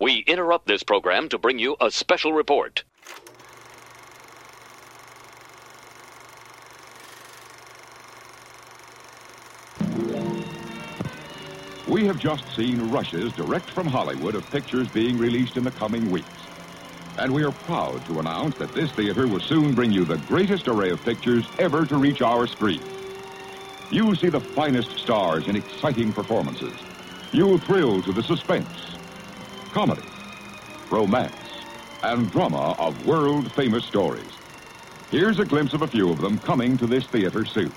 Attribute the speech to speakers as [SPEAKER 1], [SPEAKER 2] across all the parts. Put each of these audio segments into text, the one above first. [SPEAKER 1] interrupt this program to bring you a special report.
[SPEAKER 2] We have just seen rushes direct from Hollywood of pictures being released in the coming weeks. And we are proud to announce that this theater will soon bring you the greatest array of pictures ever to reach our screen. You see the finest stars in exciting performances. You thrill to the suspense, comedy, romance, and drama of world famous stories. Here's a glimpse of a few of them coming to this theater soon.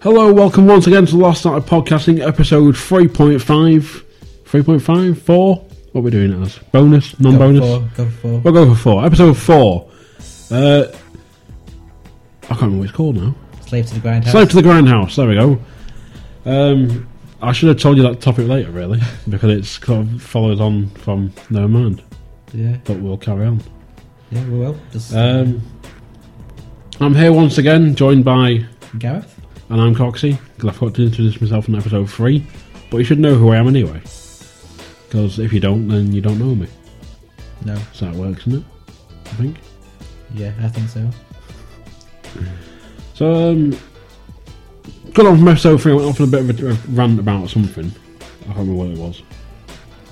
[SPEAKER 3] Hello, welcome once again to the Lost Art of Podcasting, episode 3.5. 3.5? 4? What are we doing it as? Bonus? Non bonus?
[SPEAKER 4] Go for.
[SPEAKER 3] We'll go for 4. Episode 4. Uh, I can't remember what it's called now.
[SPEAKER 4] Slave to the grindhouse.
[SPEAKER 3] Slave to the Grindhouse, there we go. Um, I should have told you that topic later, really, because it's kind of followed on from Never Mind,
[SPEAKER 4] yeah,
[SPEAKER 3] but we'll carry on.
[SPEAKER 4] yeah, we will. Just
[SPEAKER 3] Um, I'm here once again, joined by
[SPEAKER 4] Gareth.
[SPEAKER 3] And I'm Coxie, because I forgot to introduce myself in episode 3, but you should know who I am anyway. Because if you don't, then you don't know me.
[SPEAKER 4] No,
[SPEAKER 3] So that works, isn't it? I think.
[SPEAKER 4] yeah, I think so.
[SPEAKER 3] So, um, got on from episode 3, I went off on a bit of a, a rant about something. I can't remember what it was.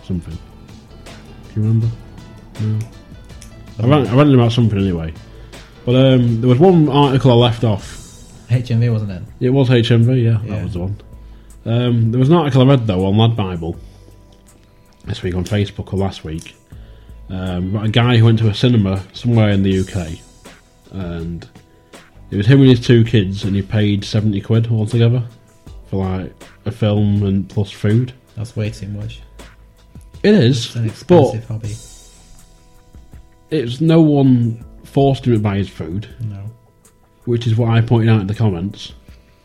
[SPEAKER 3] Something. Do you remember? No. I ran, I ran about something anyway. But um, there was one article I left off
[SPEAKER 4] HMV wasn't it?
[SPEAKER 3] It was HMV, yeah, that
[SPEAKER 4] Yeah.
[SPEAKER 3] was the one. Um, there was an article I read though on Lad Bible this week on Facebook or last week um, about a guy who went to a cinema somewhere in the UK, and it was him and his two kids, and he paid seventy quid altogether for like a film and plus food.
[SPEAKER 4] That's way too much.
[SPEAKER 3] It is,
[SPEAKER 4] It's an
[SPEAKER 3] but
[SPEAKER 4] expensive hobby.
[SPEAKER 3] it's no one forced him to buy his food,
[SPEAKER 4] No,
[SPEAKER 3] which is what I pointed out in the comments.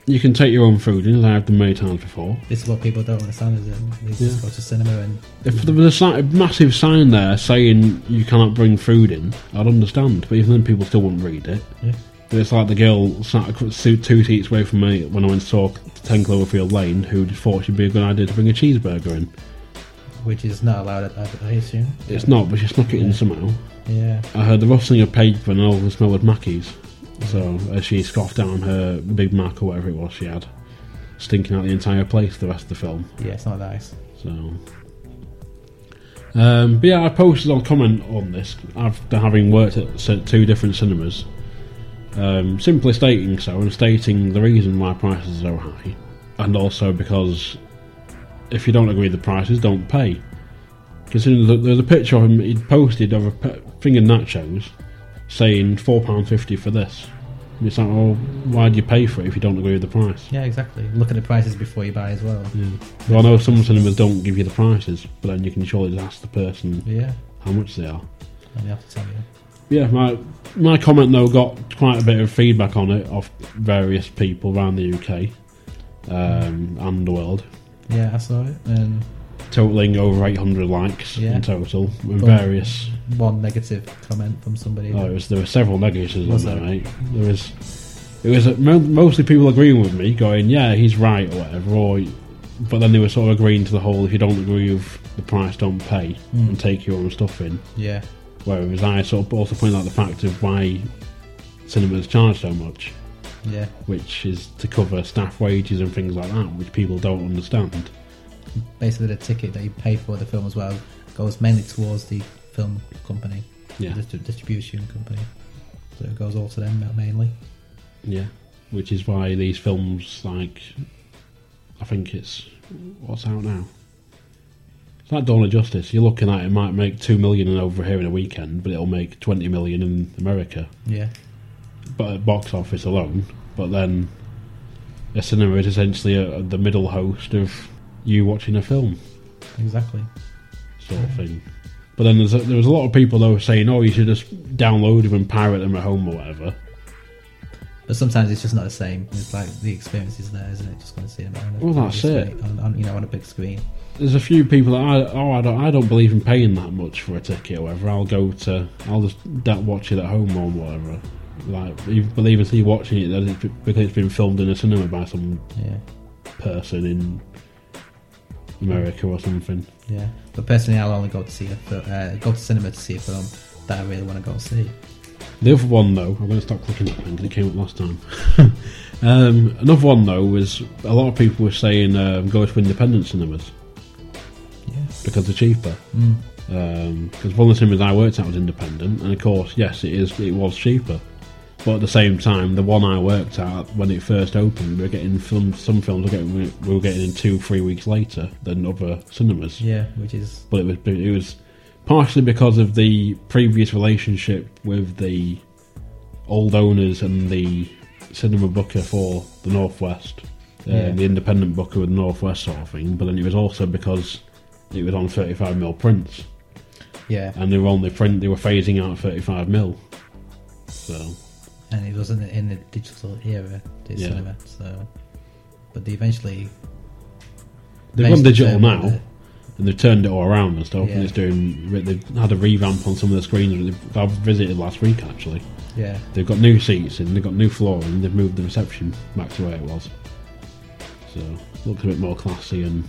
[SPEAKER 3] You can take your own food, in, as I have done many times before.
[SPEAKER 4] this is what people don't understand. Is it? They just
[SPEAKER 3] Yeah.
[SPEAKER 4] go to cinema and
[SPEAKER 3] If there was a, si- a massive sign there saying you cannot bring food in, I'd understand. But even then, people still wouldn't read it.
[SPEAKER 4] yeah,
[SPEAKER 3] But it's like the girl sat ac- two two seats away from me when I went to talk to 10 Cloverfield Lane, who just thought it'd be a good idea to bring a cheeseburger in.
[SPEAKER 4] which is not allowed. I, I assume.
[SPEAKER 3] It's not, but she snuck it in somehow.
[SPEAKER 4] Yeah,
[SPEAKER 3] I heard the rustling of paper and all the smell of Mackey's. So as she scoffed down her Big Mac or whatever it was she had, stinking out the entire place the rest of the film.
[SPEAKER 4] yeah, it's not nice.
[SPEAKER 3] So, um, but yeah, I posted on comment on this after having worked at s- two different cinemas, um, simply stating so and stating the reason why prices are so high, and also because if you don't agree with the prices, don't pay. Considering that there's a picture of him he'd posted of a p- thing in nachos saying four pound fifty for this. And it's like, well, why do you pay for it if you don't agree with the price?
[SPEAKER 4] Yeah, exactly. Look at the prices before you buy as well.
[SPEAKER 3] Well, I know some cinemas don't give you the prices, but then you can surely just ask the person
[SPEAKER 4] Yeah,
[SPEAKER 3] how much they are.
[SPEAKER 4] and they have to tell you.
[SPEAKER 3] Yeah, my my comment though got quite a bit of feedback on it off various people around the UK um, and the world,
[SPEAKER 4] Yeah, I saw it and
[SPEAKER 3] totaling over 800 likes
[SPEAKER 4] Yeah.
[SPEAKER 3] in total. With
[SPEAKER 4] But-
[SPEAKER 3] various,
[SPEAKER 4] one negative comment from somebody.
[SPEAKER 3] oh, it was, there were several negatives on
[SPEAKER 4] Was
[SPEAKER 3] there,
[SPEAKER 4] there?
[SPEAKER 3] mate. There was it was uh, mo- mostly people agreeing with me, going, "Yeah, he's right" or whatever. Or, but then they were sort of agreeing to the whole: if you don't agree with the price, don't pay
[SPEAKER 4] Hmm.
[SPEAKER 3] and take your own stuff in.
[SPEAKER 4] Yeah,
[SPEAKER 3] Whereas I sort of also point out the fact of why cinemas charge so much,
[SPEAKER 4] yeah.
[SPEAKER 3] which is to cover staff wages and things like that, which people don't understand.
[SPEAKER 4] basically the ticket that you pay for the film as well goes mainly towards the film company,
[SPEAKER 3] Yeah,
[SPEAKER 4] the dist- distribution company. So it goes all to them ma- mainly.
[SPEAKER 3] yeah. Which is why these films like I think it's what's out now. It's like Dawn of Justice. You're looking at it might make two million and over here in a weekend, but it'll make twenty million in America,
[SPEAKER 4] Yeah.
[SPEAKER 3] but at box office alone. But then, a cinema is essentially a, the middle host of you watching a film
[SPEAKER 4] Exactly.
[SPEAKER 3] sort of thing. But then there's a, there was a lot of people though saying, "Oh, you should just download them and pirate them at home or whatever."
[SPEAKER 4] But sometimes it's just not the same. It's like the experience is there, isn't it? Just going to see them on a
[SPEAKER 3] Well, that's
[SPEAKER 4] big
[SPEAKER 3] it.
[SPEAKER 4] screen- On, on, you know, on a big screen.
[SPEAKER 3] There's a few people that I oh I don't I don't believe in paying that much for a ticket or whatever. I'll go to I'll just da- watch it at home or whatever. Like you believe until you're watching it that it's because it's been filmed in a cinema by some
[SPEAKER 4] Yeah.
[SPEAKER 3] person in America or something.
[SPEAKER 4] Yeah. But personally, I'll only go to see a fil- uh, go to cinema to see a film that I really want to go and see.
[SPEAKER 3] The other one though, I'm going to stop clicking that thing because it came up last time. um, another one though was a lot of people were saying um, go to independent cinemas
[SPEAKER 4] Yeah.
[SPEAKER 3] because they're cheaper. Because one of the cinemas I worked at was independent, and of course, yes, it is. It was cheaper, but at the same time, the one I worked at when it first opened, we were getting film. Some films were getting we were getting in two, three weeks later than other cinemas.
[SPEAKER 4] Yeah. Which is
[SPEAKER 3] But it was it was partially because of the previous relationship with the old owners and the cinema booker for the Northwest, um,
[SPEAKER 4] Yeah.
[SPEAKER 3] the independent booker with the Northwest sort of thing. But then it was also because it was on 35 mil prints,
[SPEAKER 4] yeah,
[SPEAKER 3] and they were only print they were phasing out 35 mil. So
[SPEAKER 4] and it wasn't in the digital era, the
[SPEAKER 3] Yeah.
[SPEAKER 4] cinema. So, but they eventually
[SPEAKER 3] they've
[SPEAKER 4] Based
[SPEAKER 3] gone digital
[SPEAKER 4] on
[SPEAKER 3] now.
[SPEAKER 4] the-
[SPEAKER 3] And they've turned it all around and stuff,
[SPEAKER 4] Yeah.
[SPEAKER 3] and it's doing. They've had a revamp on some of the screens. that I've visited last week actually,
[SPEAKER 4] yeah
[SPEAKER 3] They've got new seats and they've got new flooring. They've moved the reception back to where it was, so looks a bit more classy. And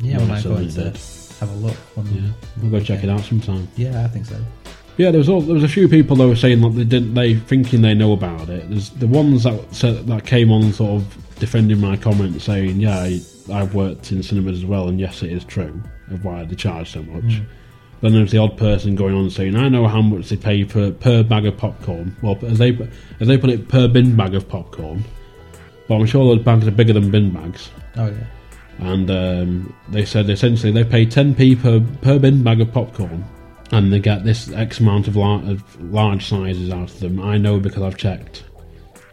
[SPEAKER 4] yeah we
[SPEAKER 3] Yeah,
[SPEAKER 4] might
[SPEAKER 3] so
[SPEAKER 4] go
[SPEAKER 3] they
[SPEAKER 4] in to
[SPEAKER 3] did.
[SPEAKER 4] have a look. On,
[SPEAKER 3] yeah, we'll go check it out sometime.
[SPEAKER 4] Yeah, I think so.
[SPEAKER 3] Yeah, there was all, there was a few people that were saying that they didn't they thinking they know about it. There's the ones that said, that came on sort of defending my comment, saying, "Yeah, I, I've worked in cinemas as well, and yes, it is true of why they charge so much." Then there's the odd person going on saying, "I know how much they pay per per bag of popcorn." Well, as they as they put it, per bin bag of popcorn. But I'm sure those bags are bigger than bin bags
[SPEAKER 4] Oh yeah,
[SPEAKER 3] and um, they said essentially they pay 10p per, per bin bag of popcorn and they get this X amount of, lar- of large sizes out of them. I know because I've checked.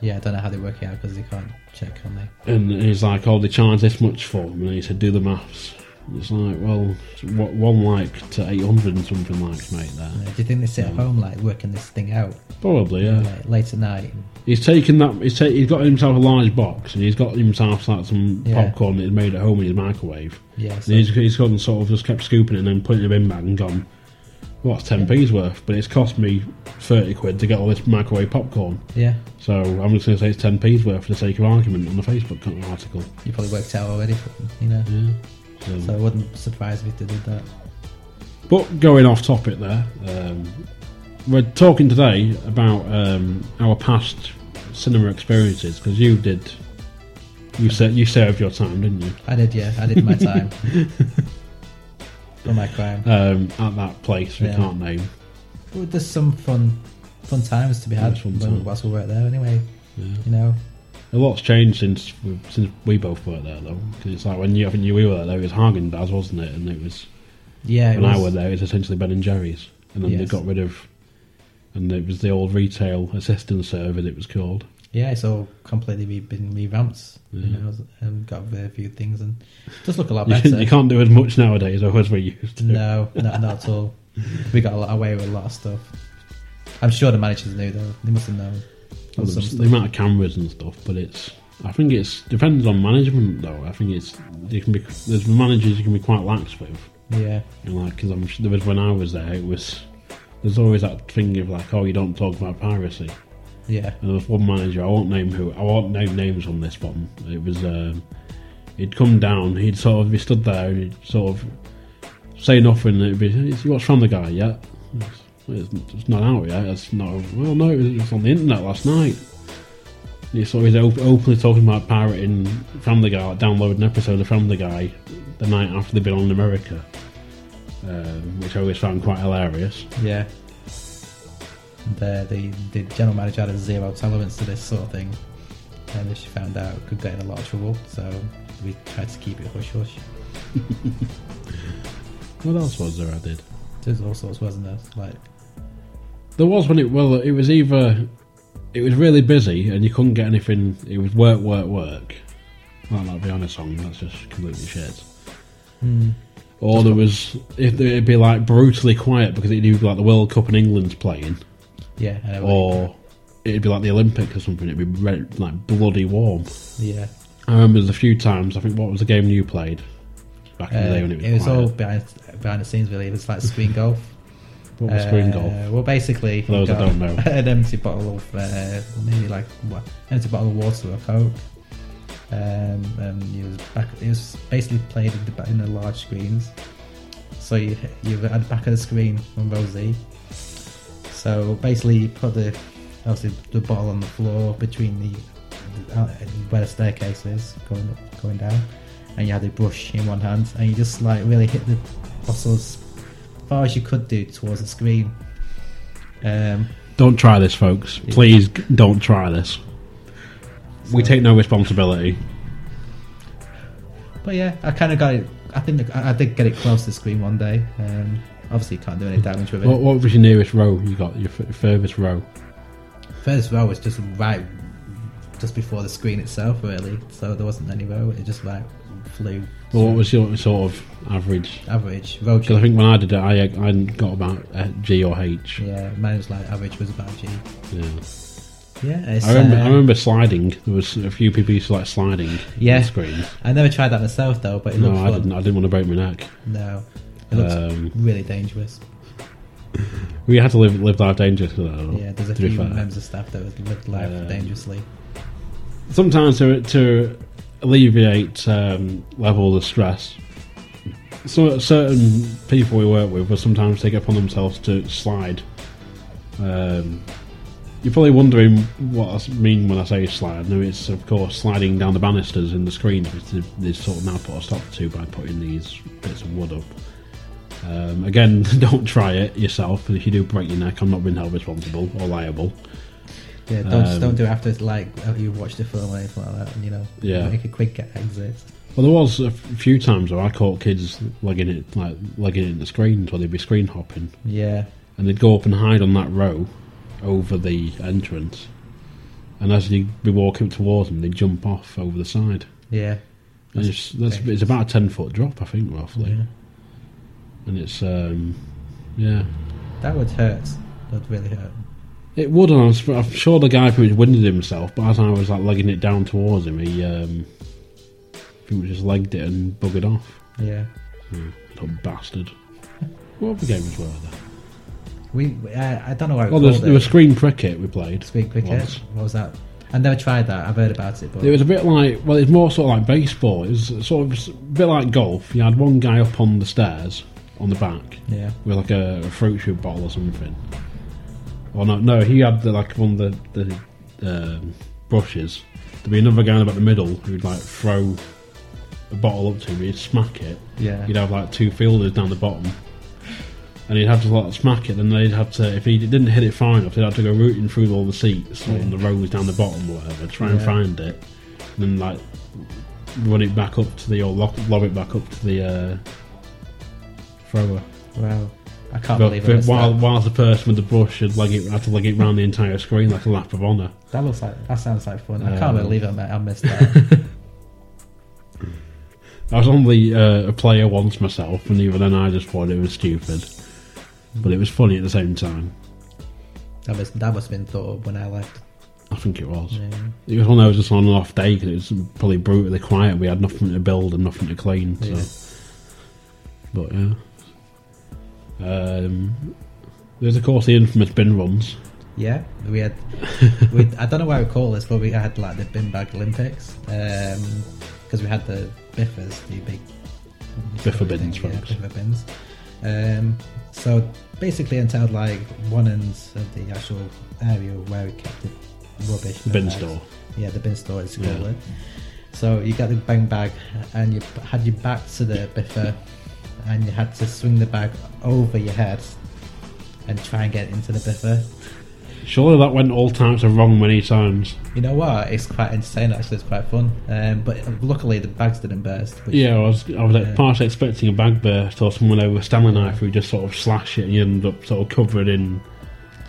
[SPEAKER 4] yeah. I don't know how they work it out because they can't check, can they?
[SPEAKER 3] And he's like, oh, they charge this much for them. And he said, do the maths. And It's like, well, it's wa- one like to 800 and something likes, mate, there.
[SPEAKER 4] Uh, do you think they sit at home like working this thing out
[SPEAKER 3] Probably, yeah.
[SPEAKER 4] like late at night?
[SPEAKER 3] He's taken that. He's, ta- he's got himself a large box, and he's got himself like some
[SPEAKER 4] Yeah.
[SPEAKER 3] popcorn that he's made at home in his microwave.
[SPEAKER 4] Yeah, so-
[SPEAKER 3] and he's, he's gone sort of just kept scooping it and then putting it in a bin bag and gone. What's ten p's worth? But it's cost me thirty quid to get all this microwave popcorn.
[SPEAKER 4] Yeah,
[SPEAKER 3] So I'm just going to say it's ten p's worth for the sake of argument on the Facebook kind of article.
[SPEAKER 4] you probably worked out already, for them, you know.
[SPEAKER 3] Yeah. So-
[SPEAKER 4] So I wouldn't surprise me if they did that.
[SPEAKER 3] But going off topic there, um, we're talking today about um, our past cinema experiences because you did. You said you served your time, didn't you?
[SPEAKER 4] I did, yeah. I did my time for my crime.
[SPEAKER 3] Um, at that place we
[SPEAKER 4] Yeah.
[SPEAKER 3] can't name.
[SPEAKER 4] Well, there's some fun, fun times to be had
[SPEAKER 3] There's fun
[SPEAKER 4] when-
[SPEAKER 3] time.
[SPEAKER 4] whilst we were there. Anyway, you know,
[SPEAKER 3] A lot's changed since we, since we both worked there though. Because it's like when you I think you we were there, it was Hagen Dazs, wasn't it? And it was
[SPEAKER 4] yeah. It
[SPEAKER 3] when I were
[SPEAKER 4] was,
[SPEAKER 3] there, it was essentially Ben and Jerry's, and then they
[SPEAKER 4] Yes.
[SPEAKER 3] got rid of. And it was the old retail assistance server it was called.
[SPEAKER 4] yeah, it's all completely re- been revamped. You know, and got a few things and it does look a lot
[SPEAKER 3] You,
[SPEAKER 4] better.
[SPEAKER 3] can, you can't do as much nowadays or as we used to.
[SPEAKER 4] no, not, not at all. We got a lot, away with a lot of stuff. I'm sure the managers knew though. They must have known.
[SPEAKER 3] Well,
[SPEAKER 4] Or
[SPEAKER 3] the,
[SPEAKER 4] some
[SPEAKER 3] the
[SPEAKER 4] stuff.
[SPEAKER 3] amount of cameras and stuff, but it's. I think it's depends on management though. I think it's you can be there's managers you can be quite lax with.
[SPEAKER 4] Yeah,
[SPEAKER 3] And like, because I'm sure there was when I was there, it was there's always that thing of like, oh, you don't talk about piracy.
[SPEAKER 4] yeah,
[SPEAKER 3] And there was one manager, I won't name who, I won't name names on this one. It was, um, he'd come down, he'd sort of, he stood there, and he'd sort of say nothing. and It'd be, "It's- what's from the guy yet? It's- It's, it's not out yet. It's not. Well, no, it was, it was on the internet last night. And he's always op- openly talking about pirating Family Guy, like downloading episodes of Family Guy the night after they've been on in America, um, which I always found quite hilarious.
[SPEAKER 4] yeah. The, the the general manager had a zero tolerance to this sort of thing, and as she found out, could get in a lot of trouble. So We tried to keep it hush hush.
[SPEAKER 3] What else was there I did?
[SPEAKER 4] There's all sorts, wasn't there? Like,
[SPEAKER 3] There was when it well, it was either it was really busy and you couldn't get anything. It was work, work, work. Well, that'll be on a song. That's just completely shit. Or there was if there- it'd be like brutally quiet because it'd either be like the World Cup and England's playing,
[SPEAKER 4] yeah, I know.
[SPEAKER 3] or it'd be like the Olympic or something. It'd be re- like bloody warm.
[SPEAKER 4] yeah.
[SPEAKER 3] I remember there's a few times. I think what was the game you played back in the day
[SPEAKER 4] Uh,
[SPEAKER 3] when it was,
[SPEAKER 4] it was
[SPEAKER 3] quiet?
[SPEAKER 4] all behind, behind the scenes, really. It was like screen golf.
[SPEAKER 3] what was screen
[SPEAKER 4] Uh,
[SPEAKER 3] golf?
[SPEAKER 4] Well, basically,
[SPEAKER 3] For those
[SPEAKER 4] you
[SPEAKER 3] that don't know.
[SPEAKER 4] an empty bottle of uh, maybe like what, empty bottle of water or coke. Um, and it was back. It was basically played in the ba- in the large screens. So you you had the back of the screen on row Z. So basically, you put the obviously the bottle on the floor between the, the out- where the staircase is going up, going down, and you had the brush in one hand, and you just like really hit the bottles as far as you could do towards the screen. Um,
[SPEAKER 3] Don't try this, folks. Please g- don't try this. We take no responsibility.
[SPEAKER 4] But yeah, I kind of got it. I think I I did get it close to the screen one day. Um, obviously, you can't do any damage with it.
[SPEAKER 3] What, what was your nearest row? You got your f- furthest row.
[SPEAKER 4] First row was just right, just before the screen itself, really. So there wasn't any row. It just like flew.
[SPEAKER 3] Well, what was your sort of average?
[SPEAKER 4] average row?
[SPEAKER 3] Because I think when I did it, I I got about uh, G or H.
[SPEAKER 4] yeah, mine was like average was about G.
[SPEAKER 3] Yeah.
[SPEAKER 4] Yeah, it's,
[SPEAKER 3] I remember
[SPEAKER 4] uh,
[SPEAKER 3] I remember sliding. There was a few people used to like sliding. on
[SPEAKER 4] Yeah.
[SPEAKER 3] the screens.
[SPEAKER 4] I never tried that myself though, but it
[SPEAKER 3] No,
[SPEAKER 4] looked
[SPEAKER 3] I
[SPEAKER 4] fun.
[SPEAKER 3] didn't. I didn't want to break my neck.
[SPEAKER 4] No, it looks
[SPEAKER 3] Um,
[SPEAKER 4] really dangerous.
[SPEAKER 3] We had to live live our dangerously. though,
[SPEAKER 4] Yeah, there's a
[SPEAKER 3] to be
[SPEAKER 4] few
[SPEAKER 3] fair.
[SPEAKER 4] members of staff that lived life
[SPEAKER 3] Um,
[SPEAKER 4] dangerously.
[SPEAKER 3] sometimes to, to alleviate um, level of stress, so certain people we work with will sometimes take it upon themselves to slide. Um, you're probably wondering what I s- mean when I say slide. No, it's of course sliding down the banisters in the screens, which they- they sort of now put a stop to by putting these bits of wood up. Um, again, don't try it yourself, and if you do break your neck, I'm not being held responsible or liable.
[SPEAKER 4] Yeah, don't
[SPEAKER 3] Um,
[SPEAKER 4] just don't do it after it's like after you watch the film or anything like that. You know,
[SPEAKER 3] Yeah.
[SPEAKER 4] make a quick get- exit.
[SPEAKER 3] Well, there was a f- few times where I caught kids legging it, like legging it in the screens, or they'd be screen hopping,
[SPEAKER 4] Yeah,
[SPEAKER 3] and they'd go up and hide on that row over the entrance, and as you'd be walking towards them, they'd jump off over the side.
[SPEAKER 4] yeah,
[SPEAKER 3] And it's, that's, it's about a ten foot drop, I think, roughly,
[SPEAKER 4] yeah.
[SPEAKER 3] and it's um, yeah,
[SPEAKER 4] That would hurt. That would really hurt.
[SPEAKER 3] it would. And I was, I'm sure the guy pretty much winded himself, but as I was like legging it down towards him, he um, pretty much just legged it and buggered off.
[SPEAKER 4] Yeah,
[SPEAKER 3] Little bastard. What other games were there?
[SPEAKER 4] we. I, I don't know why.
[SPEAKER 3] Well, there was, there was screen cricket we played.
[SPEAKER 4] Speak cricket.
[SPEAKER 3] once.
[SPEAKER 4] What was that? I never tried that. I've heard about it, but
[SPEAKER 3] It was a bit like, well, it's more sort of like baseball. It was sort of a bit like golf. You had one guy up on the stairs, on the back,
[SPEAKER 4] yeah,
[SPEAKER 3] with like a, a fruit shoot bottle or something. Or no, no, he had the, like one of the, the um, brushes. There'd be another guy in about the middle who'd like throw a bottle up to him, he'd smack it.
[SPEAKER 4] yeah,
[SPEAKER 3] You'd have like two fielders down the bottom, and he'd have to like smack it. And they'd have to, if he didn't hit it far enough, they'd have to go rooting through all the seats or on the rows down the bottom or whatever, try and
[SPEAKER 4] Yeah.
[SPEAKER 3] find it, and then like run it back up to the or lock, lob it back up to the uh, thrower.
[SPEAKER 4] Wow, I can't
[SPEAKER 3] But,
[SPEAKER 4] believe
[SPEAKER 3] but
[SPEAKER 4] it.
[SPEAKER 3] while
[SPEAKER 4] That.
[SPEAKER 3] while the person with the brush had leg it had to leg it round the entire screen like a lap of honour.
[SPEAKER 4] that looks like that sounds like fun. I
[SPEAKER 3] Um,
[SPEAKER 4] can't believe I, mi- I missed that.
[SPEAKER 3] I was only uh, a player once myself, and even then I just thought it was stupid, but it was funny at the same time.
[SPEAKER 4] that was that must have been thought of when I left.
[SPEAKER 3] I think it was.
[SPEAKER 4] Yeah.
[SPEAKER 3] It was one of those just on and off day because it was probably brutally quiet. We had nothing to build and nothing to clean. So,
[SPEAKER 4] Yeah.
[SPEAKER 3] but yeah, um, there's of course the infamous bin runs.
[SPEAKER 4] Yeah, we had. we, I don't know why we call this, but we had like the bin bag Olympics because we had the biffers, the big
[SPEAKER 3] Biffa bins,
[SPEAKER 4] yeah,
[SPEAKER 3] folks.
[SPEAKER 4] biffa bins. Um, so basically, entailed like one end of the actual area where we kept the rubbish.
[SPEAKER 3] The bin
[SPEAKER 4] bags.
[SPEAKER 3] store.
[SPEAKER 4] Yeah, the bin store is
[SPEAKER 3] Yeah.
[SPEAKER 4] called. it. So you got the bin bag, and you had your back to the biffer, and you had to swing the bag over your head and try and get into the biffer.
[SPEAKER 3] Surely that went all types of wrong many times.
[SPEAKER 4] You know what? It's quite insane. Actually, it's quite fun. Um, but luckily, the bags didn't burst. Which,
[SPEAKER 3] Yeah, I was, I was like, partially expecting a bag burst or someone over a Stanley knife who just sort of slash it and you end up sort of covered in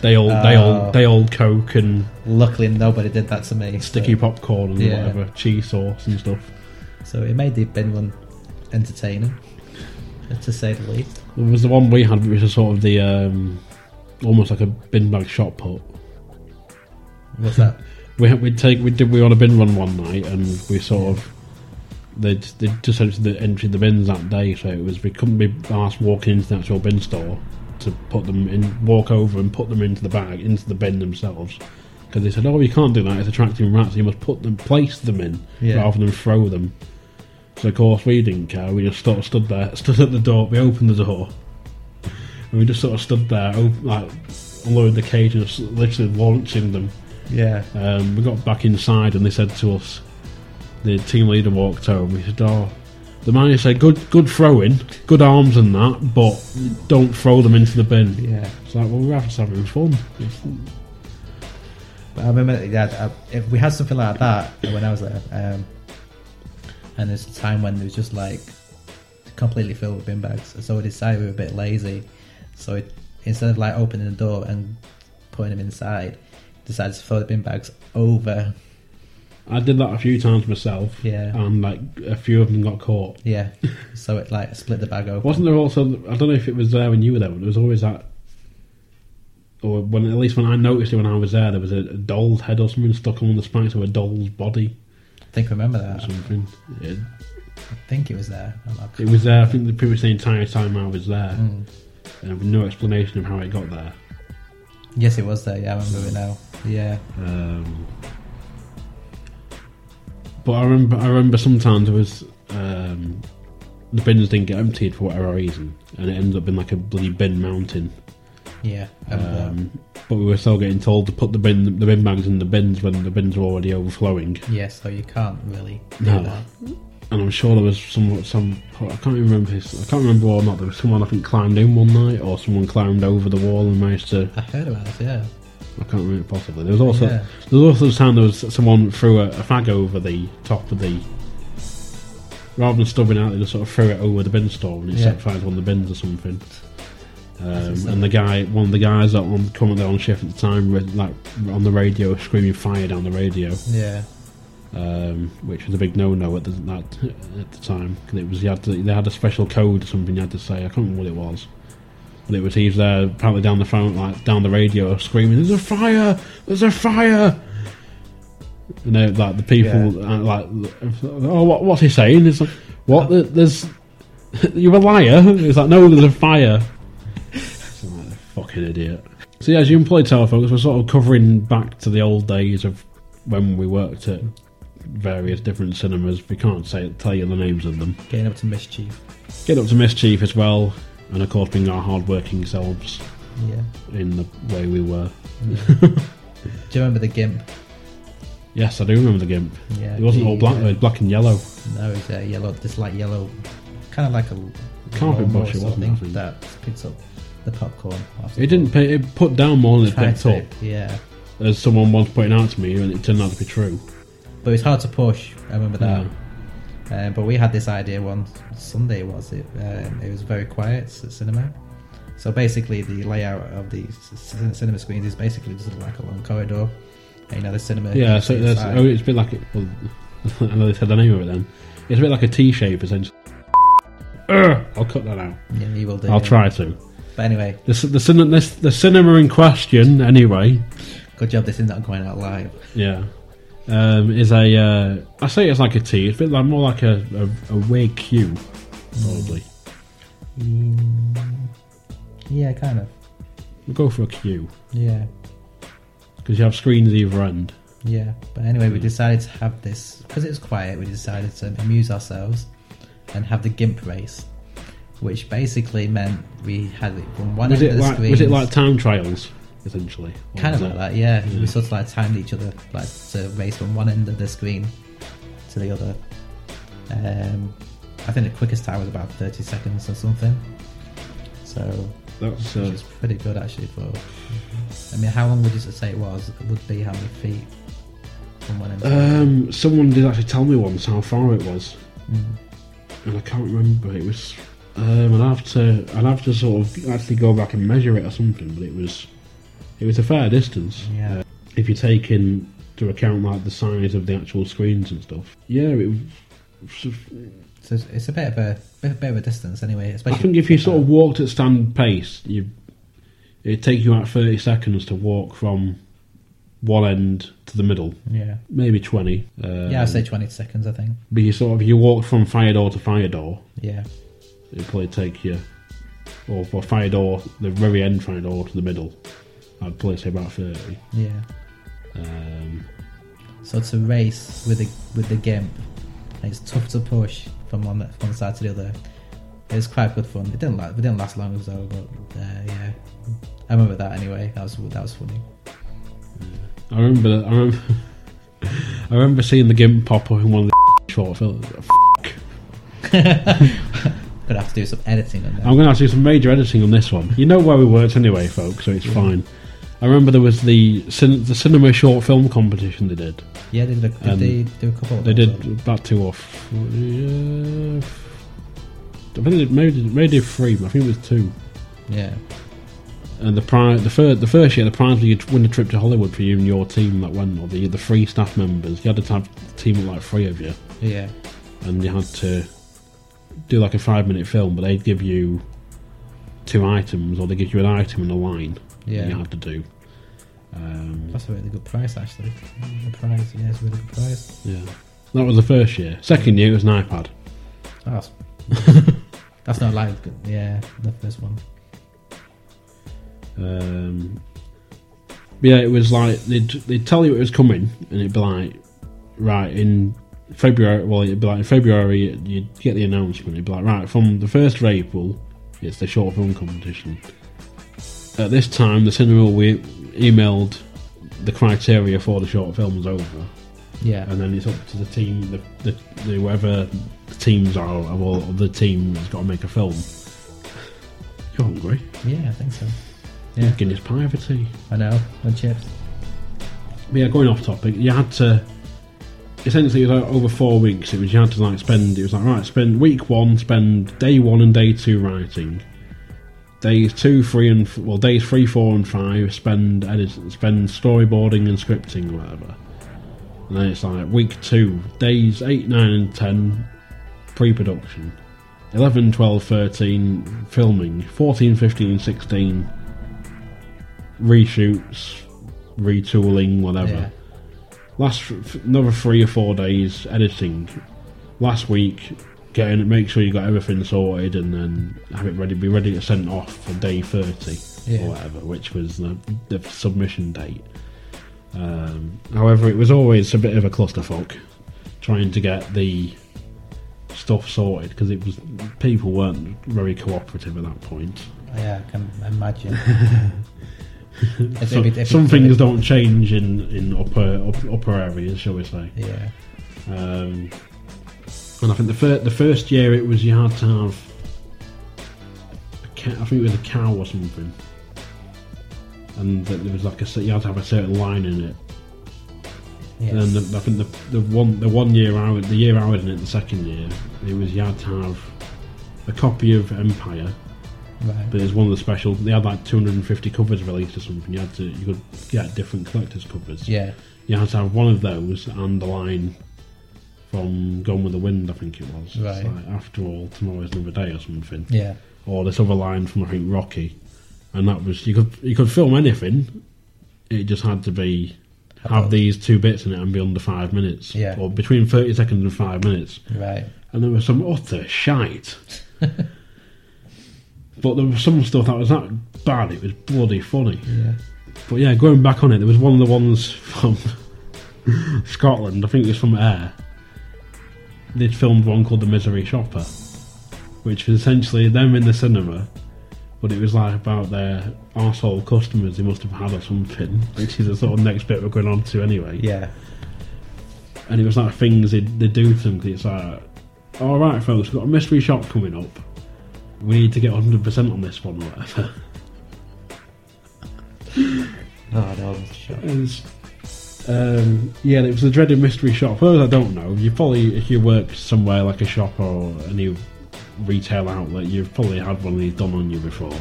[SPEAKER 3] day old, day
[SPEAKER 4] Oh.
[SPEAKER 3] old, day old coke and
[SPEAKER 4] Luckily, nobody did that to me.
[SPEAKER 3] sticky
[SPEAKER 4] so,
[SPEAKER 3] popcorn and
[SPEAKER 4] Yeah.
[SPEAKER 3] whatever cheese sauce and stuff.
[SPEAKER 4] so it made the bin run entertaining, to say the least.
[SPEAKER 3] There was the one we had, which was sort of the um, almost like a bin bag shot put.
[SPEAKER 4] What's that?
[SPEAKER 3] We had- we'd take we did we were on a bin run one night and we sort of they they just entered the entry the bins that day, so it was we couldn't be asked walking into the actual bin store to put them in, walk over and put them into the bag into the bin themselves. Because they said, "Oh, you can't do that. It's attracting rats. You must put them, place them in,
[SPEAKER 4] Yeah.
[SPEAKER 3] rather than throw them." So of course we didn't care. We just sort of stood there, stood at the door. We opened the door, and we just sort of stood there, op- like unloaded the cages, literally launching them
[SPEAKER 4] Yeah.
[SPEAKER 3] um, we got back inside and they said to us, the team leader walked over. He said, "Oh, the manager said good, good throwing, good arms and that, but don't throw them into the bin."
[SPEAKER 4] Yeah.
[SPEAKER 3] It's like, well, we're just having fun.
[SPEAKER 4] But I remember, yeah, I, if we had something like that when I was there, um, and there's a time when it was just like completely filled with bin bags. So we decided we were a bit lazy, so it, instead of like opening the door and putting them inside, decided to throw the bin bags over.
[SPEAKER 3] I did that a few times myself,
[SPEAKER 4] Yeah.
[SPEAKER 3] and like a few of them got caught.
[SPEAKER 4] Yeah, so it like split the bag open.
[SPEAKER 3] Wasn't there also? I don't know if it was there when you were there, but there was always that. Or when at least when I noticed it when I was there, there was a, a doll's head or something stuck on one of the spikes of a doll's body
[SPEAKER 4] I think I remember
[SPEAKER 3] or
[SPEAKER 4] that.
[SPEAKER 3] something. It,
[SPEAKER 4] I think it was there. I'm not-
[SPEAKER 3] It was there, I think, the pretty much the entire time I was there.
[SPEAKER 4] Mm.
[SPEAKER 3] And with no explanation of how it got there.
[SPEAKER 4] Yes, it was there. Yeah, I remember it now. Yeah,
[SPEAKER 3] Um, but I remember, I remember sometimes it was um, the bins didn't get emptied for whatever reason, and it ended up being like a bloody bin mountain.
[SPEAKER 4] yeah. I remember that.
[SPEAKER 3] Um, but we were still getting told to put the bin the bin bags in the bins when the bins were already overflowing.
[SPEAKER 4] Yeah, so you can't really do
[SPEAKER 3] No.
[SPEAKER 4] that.
[SPEAKER 3] And I'm sure there was some some I can't even remember this, I can't remember or not. There was someone I think climbed in one night, or someone climbed over the wall and managed to
[SPEAKER 4] I heard about this. Yeah.
[SPEAKER 3] I can't remember possibly. There was also
[SPEAKER 4] Yeah.
[SPEAKER 3] there was also the time there was someone threw a, a fag over the top of the rather than stubbing out, they just sort of threw it over the bin store and it
[SPEAKER 4] Yeah.
[SPEAKER 3] set fire to one of the bins or something. Um,
[SPEAKER 4] insane.
[SPEAKER 3] and the guy, one of the guys that on currently on shift at the time, was, like on the radio, screaming fire down the radio,
[SPEAKER 4] Yeah.
[SPEAKER 3] um, which was a big no-no at the, that at the time. 'Cause it was you had to, they had a special code or something you had to say. I can't remember what it was, but it was he was there apparently down the phone, like down the radio, screaming, "There's a fire! There's a fire!" You know, like the people, uh, like, oh, what, what's he saying? It's like, what? There- There's you're a liar. It's like, no, there's a fire. It's like, fucking idiot. So yeah, as you can probably tell, folks, we're sort of covering back to the old days of when we worked at various different cinemas. We can't say tell you the names of them.
[SPEAKER 4] Getting up to mischief.
[SPEAKER 3] Get up to mischief as well, and of course being our hard-working selves
[SPEAKER 4] Yeah.
[SPEAKER 3] in the way we were.
[SPEAKER 4] Do you remember the GIMP?
[SPEAKER 3] Yes, I do remember the gimp.
[SPEAKER 4] Yeah,
[SPEAKER 3] it wasn't all
[SPEAKER 4] the,
[SPEAKER 3] black;
[SPEAKER 4] uh,
[SPEAKER 3] it was black and yellow.
[SPEAKER 4] No, it's a yellow, this light yellow, kind of like a
[SPEAKER 3] Carpet
[SPEAKER 4] lawnmower
[SPEAKER 3] bush, it
[SPEAKER 4] sort of
[SPEAKER 3] wasn't
[SPEAKER 4] thing
[SPEAKER 3] that thing?
[SPEAKER 4] that picks up the popcorn. off the
[SPEAKER 3] It didn't.
[SPEAKER 4] floor.
[SPEAKER 3] Pay, it put down more than it
[SPEAKER 4] Tried
[SPEAKER 3] picked
[SPEAKER 4] to,
[SPEAKER 3] up,
[SPEAKER 4] Yeah,
[SPEAKER 3] as someone once pointed out to me, and it turned out to be true.
[SPEAKER 4] but it's hard to push. I remember that.
[SPEAKER 3] Yeah.
[SPEAKER 4] Uh, but we had this idea one Sunday. Was it? Um, it was very quiet s- cinema. So basically, the layout of the c- c- cinema screens is basically just like a long corridor. And, you know, the cinema.
[SPEAKER 3] Yeah,
[SPEAKER 4] you
[SPEAKER 3] so
[SPEAKER 4] see
[SPEAKER 3] that's,
[SPEAKER 4] inside.
[SPEAKER 3] oh, it's a bit like it. Well, I know they said the name of it then. It's a bit like a T shape, essentially. Ugh, I'll cut that out.
[SPEAKER 4] yeah, you will do.
[SPEAKER 3] oh, I'll
[SPEAKER 4] yeah.
[SPEAKER 3] try to.
[SPEAKER 4] But anyway,
[SPEAKER 3] The, c- the, cin- this, the cinema in question, anyway,
[SPEAKER 4] good job. This is not going out live.
[SPEAKER 3] yeah, um, is a. Uh, I say it's like a T. It's a bit like more like a, a, a weird Q, probably.
[SPEAKER 4] Yeah, kind of.
[SPEAKER 3] We'll go for a Q
[SPEAKER 4] Yeah.
[SPEAKER 3] because you have screens either end.
[SPEAKER 4] Yeah, but anyway,
[SPEAKER 3] Hmm.
[SPEAKER 4] we decided to have this because it was quiet. We decided to amuse ourselves and have the gimp race, which basically meant we had it from one
[SPEAKER 3] Was
[SPEAKER 4] end
[SPEAKER 3] it
[SPEAKER 4] of the
[SPEAKER 3] like
[SPEAKER 4] screen.
[SPEAKER 3] was it like time Hmm. trials essentially? Or
[SPEAKER 4] kind of
[SPEAKER 3] was
[SPEAKER 4] like
[SPEAKER 3] it-
[SPEAKER 4] that? Yeah. we sort of like timed each other like to race from one end of the screen to the other. Um, I think the quickest time was about thirty seconds or something. So
[SPEAKER 3] That's
[SPEAKER 4] which
[SPEAKER 3] uh,
[SPEAKER 4] is pretty good actually. For I mean, how long would you say it was? Would be how many feet from one end? to the other?
[SPEAKER 3] um, someone did actually tell me once how far it was,
[SPEAKER 4] Mm.
[SPEAKER 3] and I can't remember. It was um, I'd have to I'd have to sort of actually go back and measure it or something, but it was it was a fair distance.
[SPEAKER 4] Yeah.
[SPEAKER 3] Uh, if you take into account like the size of the actual screens and stuff, yeah, it. was-
[SPEAKER 4] So it's, it's a bit of a bit, bit of a distance anyway.
[SPEAKER 3] I
[SPEAKER 4] Especially
[SPEAKER 3] think if you sort of walked at standard pace, you it take you about thirty seconds to walk from one end to the middle,
[SPEAKER 4] yeah
[SPEAKER 3] maybe twenty. Um,
[SPEAKER 4] yeah, I'd say twenty seconds. I think
[SPEAKER 3] But you sort of you walk from fire door to fire door.
[SPEAKER 4] yeah
[SPEAKER 3] It'll probably take you, or for fire door, the very end fire door to the middle. I'd probably say about thirty.
[SPEAKER 4] yeah.
[SPEAKER 3] Um,
[SPEAKER 4] So it's a race with the with the gimp. And it's tough to push from one one side to the other. It was quite good fun. It didn't last. It didn't last long as though, but uh, yeah, I remember that anyway. That was that was funny.
[SPEAKER 3] I remember. that- I remember. I remember seeing the gimp pop up in one of the short films. Fuck.
[SPEAKER 4] Gonna have to do some editing on that.
[SPEAKER 3] I'm going to have to do some major editing on this one. You know where we worked anyway, folks, so it's fine. I remember there was the cin- the cinema short film competition they did.
[SPEAKER 4] yeah, they did. A, did
[SPEAKER 3] Um,
[SPEAKER 4] they do a couple? Of
[SPEAKER 3] They
[SPEAKER 4] those,
[SPEAKER 3] did
[SPEAKER 4] though?
[SPEAKER 3] about two or three. Uh, f- I think they did, maybe, they did- maybe they did three, but I think it was two.
[SPEAKER 4] Yeah,
[SPEAKER 3] And the pri- the first the first year, the prize was you'd win a trip to Hollywood for you and your team that went, or the the three staff members. You had to have a team of like three of you,
[SPEAKER 4] yeah,
[SPEAKER 3] and you had to do like a five minute film, but they'd give you two items, or they give you an item and a line. that you
[SPEAKER 4] yeah.
[SPEAKER 3] have to do. Um,
[SPEAKER 4] That's a really good price actually. The price, yeah, it's a really good price.
[SPEAKER 3] yeah, that was the first year. Second year it was an iPad.
[SPEAKER 4] That's that's not like yeah the first one.
[SPEAKER 3] Um, but yeah, it was like they'd they'd tell you it was coming, and it'd be like, right in February. Well, it'd be like in February you'd get the announcement. It'd be like, right from the first of April, it's the short film competition. At this time, the cinema we emailed the criteria for the short film was over.
[SPEAKER 4] Yeah,
[SPEAKER 3] and then it's up to the team, the, the, the whoever the teams are, or the team has got to make a film. You're hungry?
[SPEAKER 4] yeah, I think so. Yeah,
[SPEAKER 3] Guinness pie for tea.
[SPEAKER 4] I know. And chips.
[SPEAKER 3] But yeah, going off topic, you had to essentially it was like over four weeks. It was you had to like spend. It was like right, spend week one, spend day one and day two writing. Days two, three, and f- well, days three, four, and five spend edit, spend storyboarding and scripting, whatever. And then it's like week two, days eight, nine, and ten, pre-production. 11, 12, 13, filming. 14, 15, 16, reshoots, retooling, whatever.
[SPEAKER 4] Yeah,
[SPEAKER 3] Last f- another three or four days editing. Last week, getting make sure you got everything sorted, and then have it ready, be ready to send off for day thirty
[SPEAKER 4] Yeah.
[SPEAKER 3] or whatever, which was the, the submission date. Um, however, it was always a bit of a clusterfuck trying to get the stuff sorted because it was people weren't very cooperative at that point.
[SPEAKER 4] Oh, yeah, I can imagine. If
[SPEAKER 3] So-
[SPEAKER 4] it- if it-
[SPEAKER 3] some
[SPEAKER 4] if it-
[SPEAKER 3] things don't change in in upper up, upper areas, shall we say?
[SPEAKER 4] Yeah,
[SPEAKER 3] Um, and I think the first the first year it was you had to have. A ca- I think it was a cow or something, and that there was like a cer- you had to have a certain line in it.
[SPEAKER 4] yeah.
[SPEAKER 3] And the, I think the, the one the one year I was the year I was in it the second year it was you had to have a copy of Empire,
[SPEAKER 4] right.
[SPEAKER 3] but it was one of the special. They had like 250 covers released or something. You had to you could get different collectors covers
[SPEAKER 4] Yeah,
[SPEAKER 3] you had to have one of those and the line from Gone with the Wind, I think it was. It's
[SPEAKER 4] Right.
[SPEAKER 3] like, after all, tomorrow's another day or something.
[SPEAKER 4] yeah,
[SPEAKER 3] Or this other line from I think Rocky, and that was you could you could film anything. It just had to be have
[SPEAKER 4] about-
[SPEAKER 3] these two bits in it and be under five minutes,
[SPEAKER 4] Yeah.
[SPEAKER 3] or between thirty seconds and five minutes
[SPEAKER 4] right.
[SPEAKER 3] and there was some utter shite. but there was some stuff that was that bad. It was bloody funny.
[SPEAKER 4] Yeah.
[SPEAKER 3] But yeah, going back on it, there was one of the ones from Scotland. I think it was from Air. They'd filmed one called The Misery Shopper, which was essentially them in the cinema. But it was like about their arsehole customers they must have had or something, which is the sort of next bit we're going on to anyway
[SPEAKER 4] Yeah,
[SPEAKER 3] and it was like things they they do to them 'cause it's like, all right, folks, we've got a mystery shop coming up. We need to get 100 percent on this one, or whatever.
[SPEAKER 4] Oh, no, Mr. Shot.
[SPEAKER 3] And, um, yeah, and it was the dreaded mystery shop. For those I don't know, you probably if you work somewhere like a shop or any retail outlet, you've probably had one of these done on you before,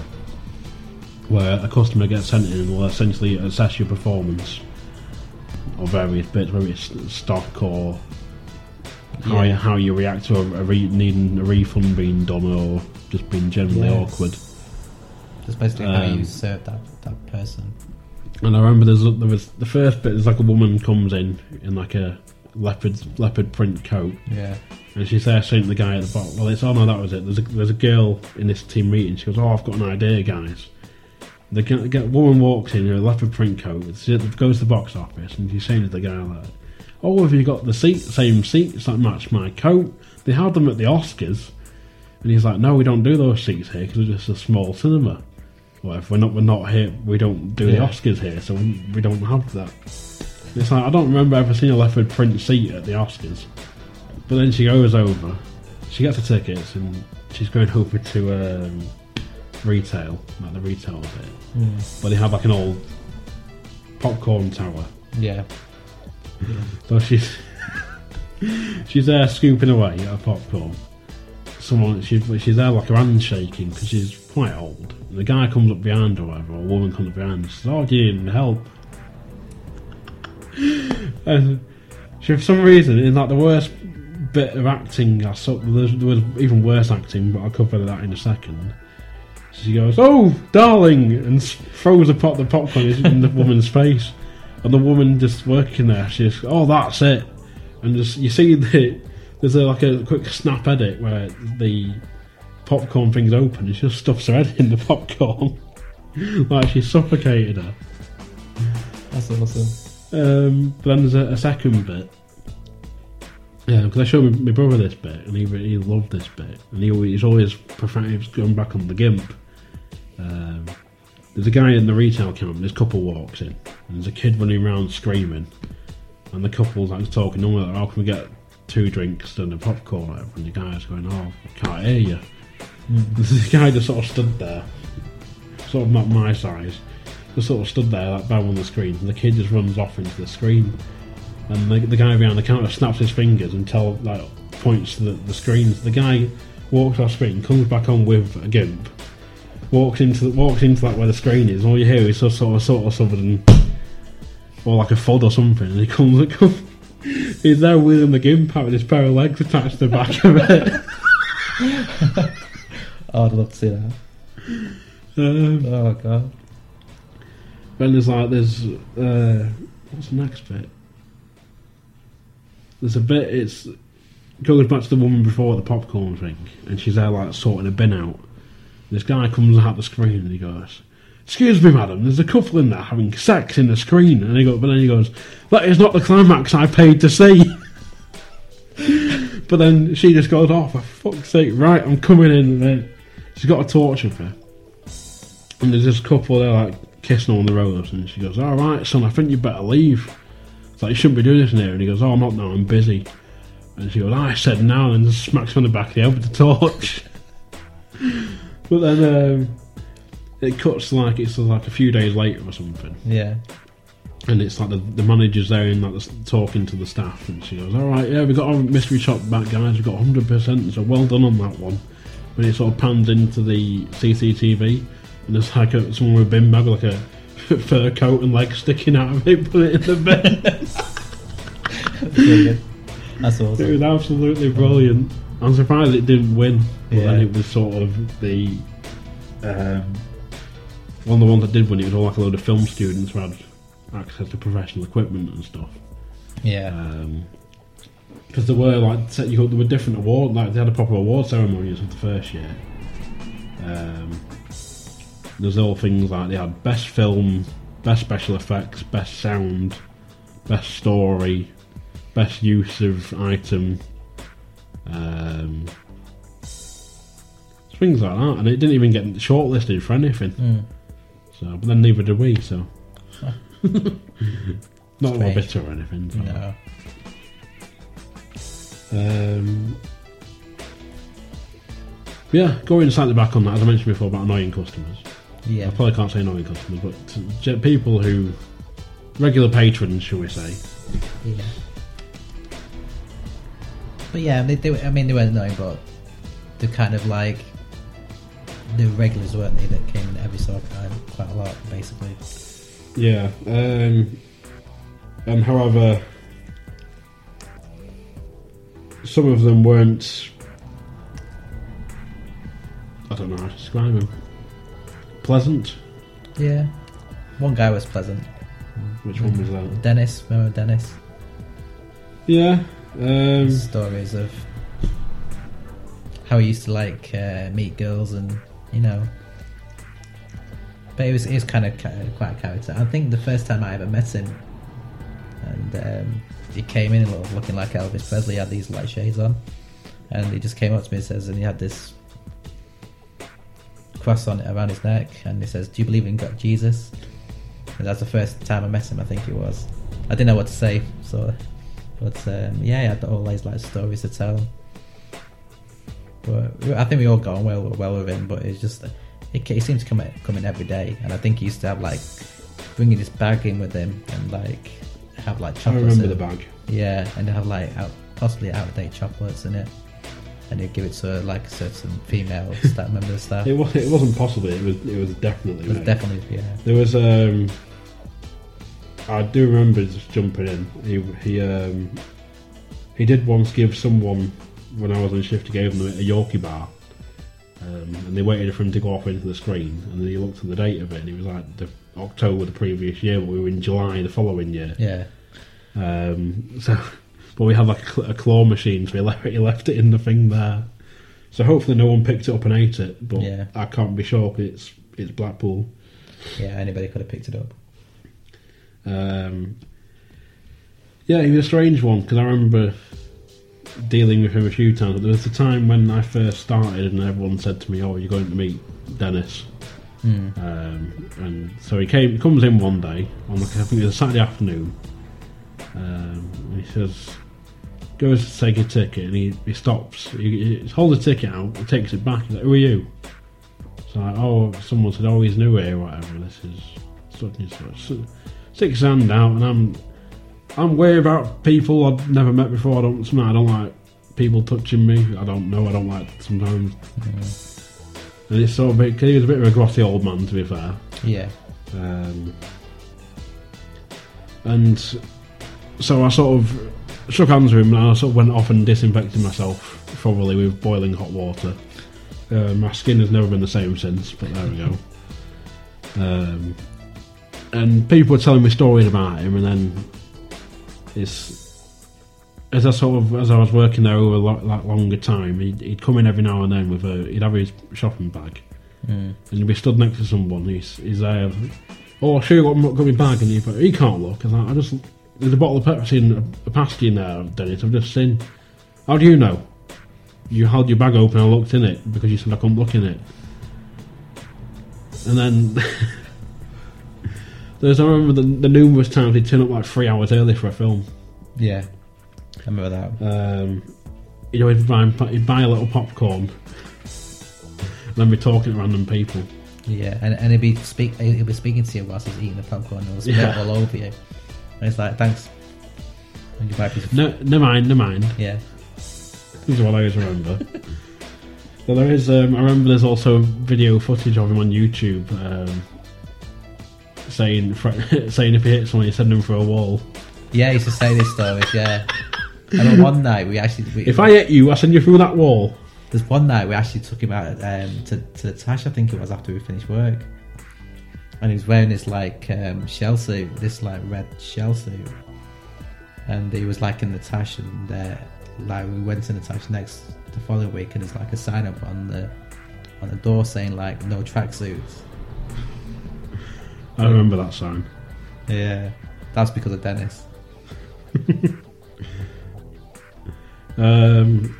[SPEAKER 3] where a customer gets sent in and will essentially assess your performance or various bits, whether it's stock or how you,
[SPEAKER 4] Yeah.
[SPEAKER 3] how you react to a, a re- needing a refund being done or just being generally
[SPEAKER 4] Yeah.
[SPEAKER 3] awkward.
[SPEAKER 4] That's basically how
[SPEAKER 3] Um,
[SPEAKER 4] you serve that, that person.
[SPEAKER 3] And I remember there's there was the first bit. There's like a woman comes in in like a leopard leopard print coat,
[SPEAKER 4] Yeah.
[SPEAKER 3] and she's there saying to the guy at the bottom, "Well, it's oh no, that was it." There's a there's a girl in this team meeting. She goes, "Oh, I've got an idea, guys." The g- g- woman walks in in a leopard print coat. She goes to the box office, and she's saying to the guy like, "Oh, have you got the seat? Same seats that match my coat? They had them at the Oscars." And he's like, "No, we don't do those seats here because it's just a small cinema. Well, if we're not, we're not here. We don't do the
[SPEAKER 4] Yeah.
[SPEAKER 3] Oscars here, so we, we don't have that." And it's like I don't remember ever seeing a leopard print seat at the Oscars. But then she goes over, she gets the tickets, and she's going over to um, retail, like the retail bit. But they have like an old popcorn tower.
[SPEAKER 4] Yeah.
[SPEAKER 3] So she's she's there scooping away at a popcorn. Someone she's she's there like her hand shaking because she's quite old. And the guy comes up behind her, or whatever, or a woman comes up behind her. She says, "Oh, do you need help?" and she, for some reason, in like the worst bit of acting, I saw there's- there was even worse acting, but I'll cover that in a second. She goes, "Oh, darling," and s- throws a pot the popcorn in the woman's face, and the woman just working there. She's, "Oh, that's it," and just you see the there's a, like a quick snap edit where the popcorn thing's open, and she just stuffs her head in the popcorn like she suffocated her.
[SPEAKER 4] That's awesome.
[SPEAKER 3] Um, but then there's a, a second bit. Yeah, because I showed my, my brother this bit, and he re- he loved this bit, and he always, he's always preferring he's going back on the gimp. Um, there's a guy in the retail camp. This couple walks in, and there's a kid running around screaming, and the couple's like talking. Oh, how can we get two drinks and a popcorn? or whatever?" And the guy's going, "Oh, I can't hear you." This guy just sort of stood there, sort of not my size, just sort of stood there like bang on the screen, and the kid just runs off into the screen, and the, the guy behind the counter snaps his fingers and tell like points to the, the screen. The guy walks off screen, comes back on with a gimp, walks into the, walks into like where the screen is, and all you hear is sort of sort of sort of something, or like a thud or something, and he comes comes. He's there wheeling the gimp out with his pair of legs attached to the back of it.
[SPEAKER 4] Oh, I'd love to see that.
[SPEAKER 3] Um,
[SPEAKER 4] Oh, God.
[SPEAKER 3] Then there's like there's uh, what's the next bit? There's a bit it's goes back to the woman before the popcorn thing, and she's there like sorting a bin out. This guy comes out the screen and he goes, "Excuse me, madam, there's a couple in there having sex in the screen." And he goes, but then he goes, "That is not the climax I paid to see." but then she just goes, "Oh, for fuck's sake! Right, I'm coming in." And then she's got a torch in her. And there's this couple there like kissing on the road, and she goes, "All right, son, I think you better leave." It's like you shouldn't be doing this in here. And he goes, "Oh, I'm not now. I'm busy." And she goes, "Ah, "I said now," and just smacks him on the back of the head with the torch. but then um, it cuts like it's like a few days later or something,
[SPEAKER 4] Yeah.
[SPEAKER 3] and it's like the, the manager's there and like the, talking to the staff, and she goes, "All right, yeah, we got our mystery shop back, guys. We got 100 percent, so well done on that one." When it sort of pans into the CCTV, and there's like a, someone with a bin bag, with like a fur coat and legs sticking out of it, put it in the bin.
[SPEAKER 4] Brilliant. That's
[SPEAKER 3] it
[SPEAKER 4] awesome.
[SPEAKER 3] was absolutely brilliant. I'm surprised it didn't win, but then
[SPEAKER 4] Yeah.
[SPEAKER 3] it was sort of the um, one of the ones that did win. It was all like a load of film students who had access to professional equipment and stuff.
[SPEAKER 4] Yeah.
[SPEAKER 3] because Um, there were like set you up, there were different award like they had a proper award ceremony of the first year. Um, there's all things like they had best film, best special effects, best sound, best story, best use of item, um, things like that, and it didn't even get shortlisted for anything.
[SPEAKER 4] Mm.
[SPEAKER 3] So, but then neither did we. So, not that we're
[SPEAKER 4] Strange.
[SPEAKER 3] bitter or anything. so.
[SPEAKER 4] No.
[SPEAKER 3] Um, yeah, go inside the back on that, as I mentioned before, about annoying customers.
[SPEAKER 4] Yeah.
[SPEAKER 3] I probably can't say annoying customers, but t- j- people who regular patrons, shall we say?
[SPEAKER 4] Yeah. But yeah, they, they were, I mean, they weren't annoying, but they're kind of like the regulars, weren't they? That came in every sort of time, quite a lot, basically.
[SPEAKER 3] Yeah. Um, and however, some of them weren't. I don't know how to describe them. Pleasant.
[SPEAKER 4] Yeah. One guy was pleasant.
[SPEAKER 3] Which one was that?
[SPEAKER 4] Dennis, remember Dennis?
[SPEAKER 3] Yeah. Um,
[SPEAKER 4] Stories of how he used to like uh, meet girls and you know. But it was it was kind of quite a character. I think the first time I ever met him, and um, he came in sort of looking like Elvis Presley, had these light shades on, and he just came up to me and says, and he had this cross on around his neck, and he says, "Do you believe in God, Jesus?" And that's the first time I met him. I think it was. I didn't know what to say, so. But um, yeah, he had all these like stories to tell. But we- I think we all got on well well with him. But it's just it, ca- he seems to come in, come in every day, and I think he used to have like bringing his bag in with him and like have like
[SPEAKER 3] I
[SPEAKER 4] chocolates.
[SPEAKER 3] remember
[SPEAKER 4] in-
[SPEAKER 3] the bag.
[SPEAKER 4] yeah, and they have like out, possibly out of date chocolates in it, and they give it to like a certain female staff member of staff.
[SPEAKER 3] It
[SPEAKER 4] It
[SPEAKER 3] was. It wasn't possibly. It was. It was definitely.
[SPEAKER 4] was
[SPEAKER 3] made.
[SPEAKER 4] definitely yeah,
[SPEAKER 3] There was um I do remember just jumping in. He he um he did once give someone when I was on shift he gave them a Yorkie bar. Um, and they waited for him to go off into the screen and then he looked at the date of it and it was like the October the previous year, but we were in July the following year.
[SPEAKER 4] yeah,
[SPEAKER 3] Um, so but we had like a, cl- a claw machine so he left, he left it in the thing there. So hopefully no one picked it up and ate it, but
[SPEAKER 4] Yeah.
[SPEAKER 3] I can't be sure 'cause it's it's Blackpool.
[SPEAKER 4] yeah. Anybody could have picked it up.
[SPEAKER 3] Um, yeah, he was a strange one because I remember dealing with him a few times. But there was a time when I first started, and everyone said to me, "Oh, you're going to meet Dennis." Um, and so he came, he comes in one day on like I think it was a Saturday afternoon. Um, and he says, goes to take a ticket, and he, he stops. He, he holds the ticket out, he takes it back. He's like, "Who are you?" So like, oh, someone said, "Oh, he's new here, or whatever." This is such and such. So, six hand out, and I'm I'm weird about people I've never met before. I don't sometimes I don't like people touching me. I don't know. I don't like sometimes. And it's sort of bit, he was a bit of a grotty old man, to be fair.
[SPEAKER 4] Yeah,
[SPEAKER 3] Um, and so I sort of shook hands with him, and I sort of went off and disinfected myself, probably with boiling hot water. Uh, my skin has never been the same since, but there we go. Um, and people were telling me stories about him, and then it's as I sort of as I was working there over a lot, like longer time, he'd, he'd come in every now and then with a he'd have his shopping bag, and he'd be stood next to someone. He's he's there. Oh, I'll show you what I've got in my bag, and he'd be like, he can't look. And I, I just there's a bottle of Pepsi and a, a pasty in there, Dennis. I've just seen. How do you know? You held your bag open and looked in it because you said I couldn't look in it. And then there's I remember the, the numerous times he'd turn up like three hours early for a film
[SPEAKER 4] yeah. I remember that.
[SPEAKER 3] um, you know, he'd buy, he'd buy a little popcorn, and then be talking to random people.
[SPEAKER 4] Yeah, and, and he'd be speak he'll be speaking to you whilst he's eating the popcorn and he'll spit
[SPEAKER 3] Yeah.
[SPEAKER 4] all over you. And it's like thanks. And you buy a piece of
[SPEAKER 3] No, never mind, never mind.
[SPEAKER 4] yeah.
[SPEAKER 3] This is what I always remember. so there is, um, I remember there's also video footage of him on YouTube um, saying fr- saying if he hits someone, you send him for a wall.
[SPEAKER 4] Yeah, he used to say these stories, yeah. And on one night we actually we,
[SPEAKER 3] If I hit you, I send you through that wall.
[SPEAKER 4] There's one night we actually took him out um, to to the Tash, I think it was after we finished work, and he was wearing this like um, shell suit, this like red shell suit, and he was like in the Tash, and uh, like we went to the Tash next the following week, and there's like a sign up on the on the door saying like no tracksuits.
[SPEAKER 3] I remember that sign.
[SPEAKER 4] Yeah, that's because of Dennis.
[SPEAKER 3] Um,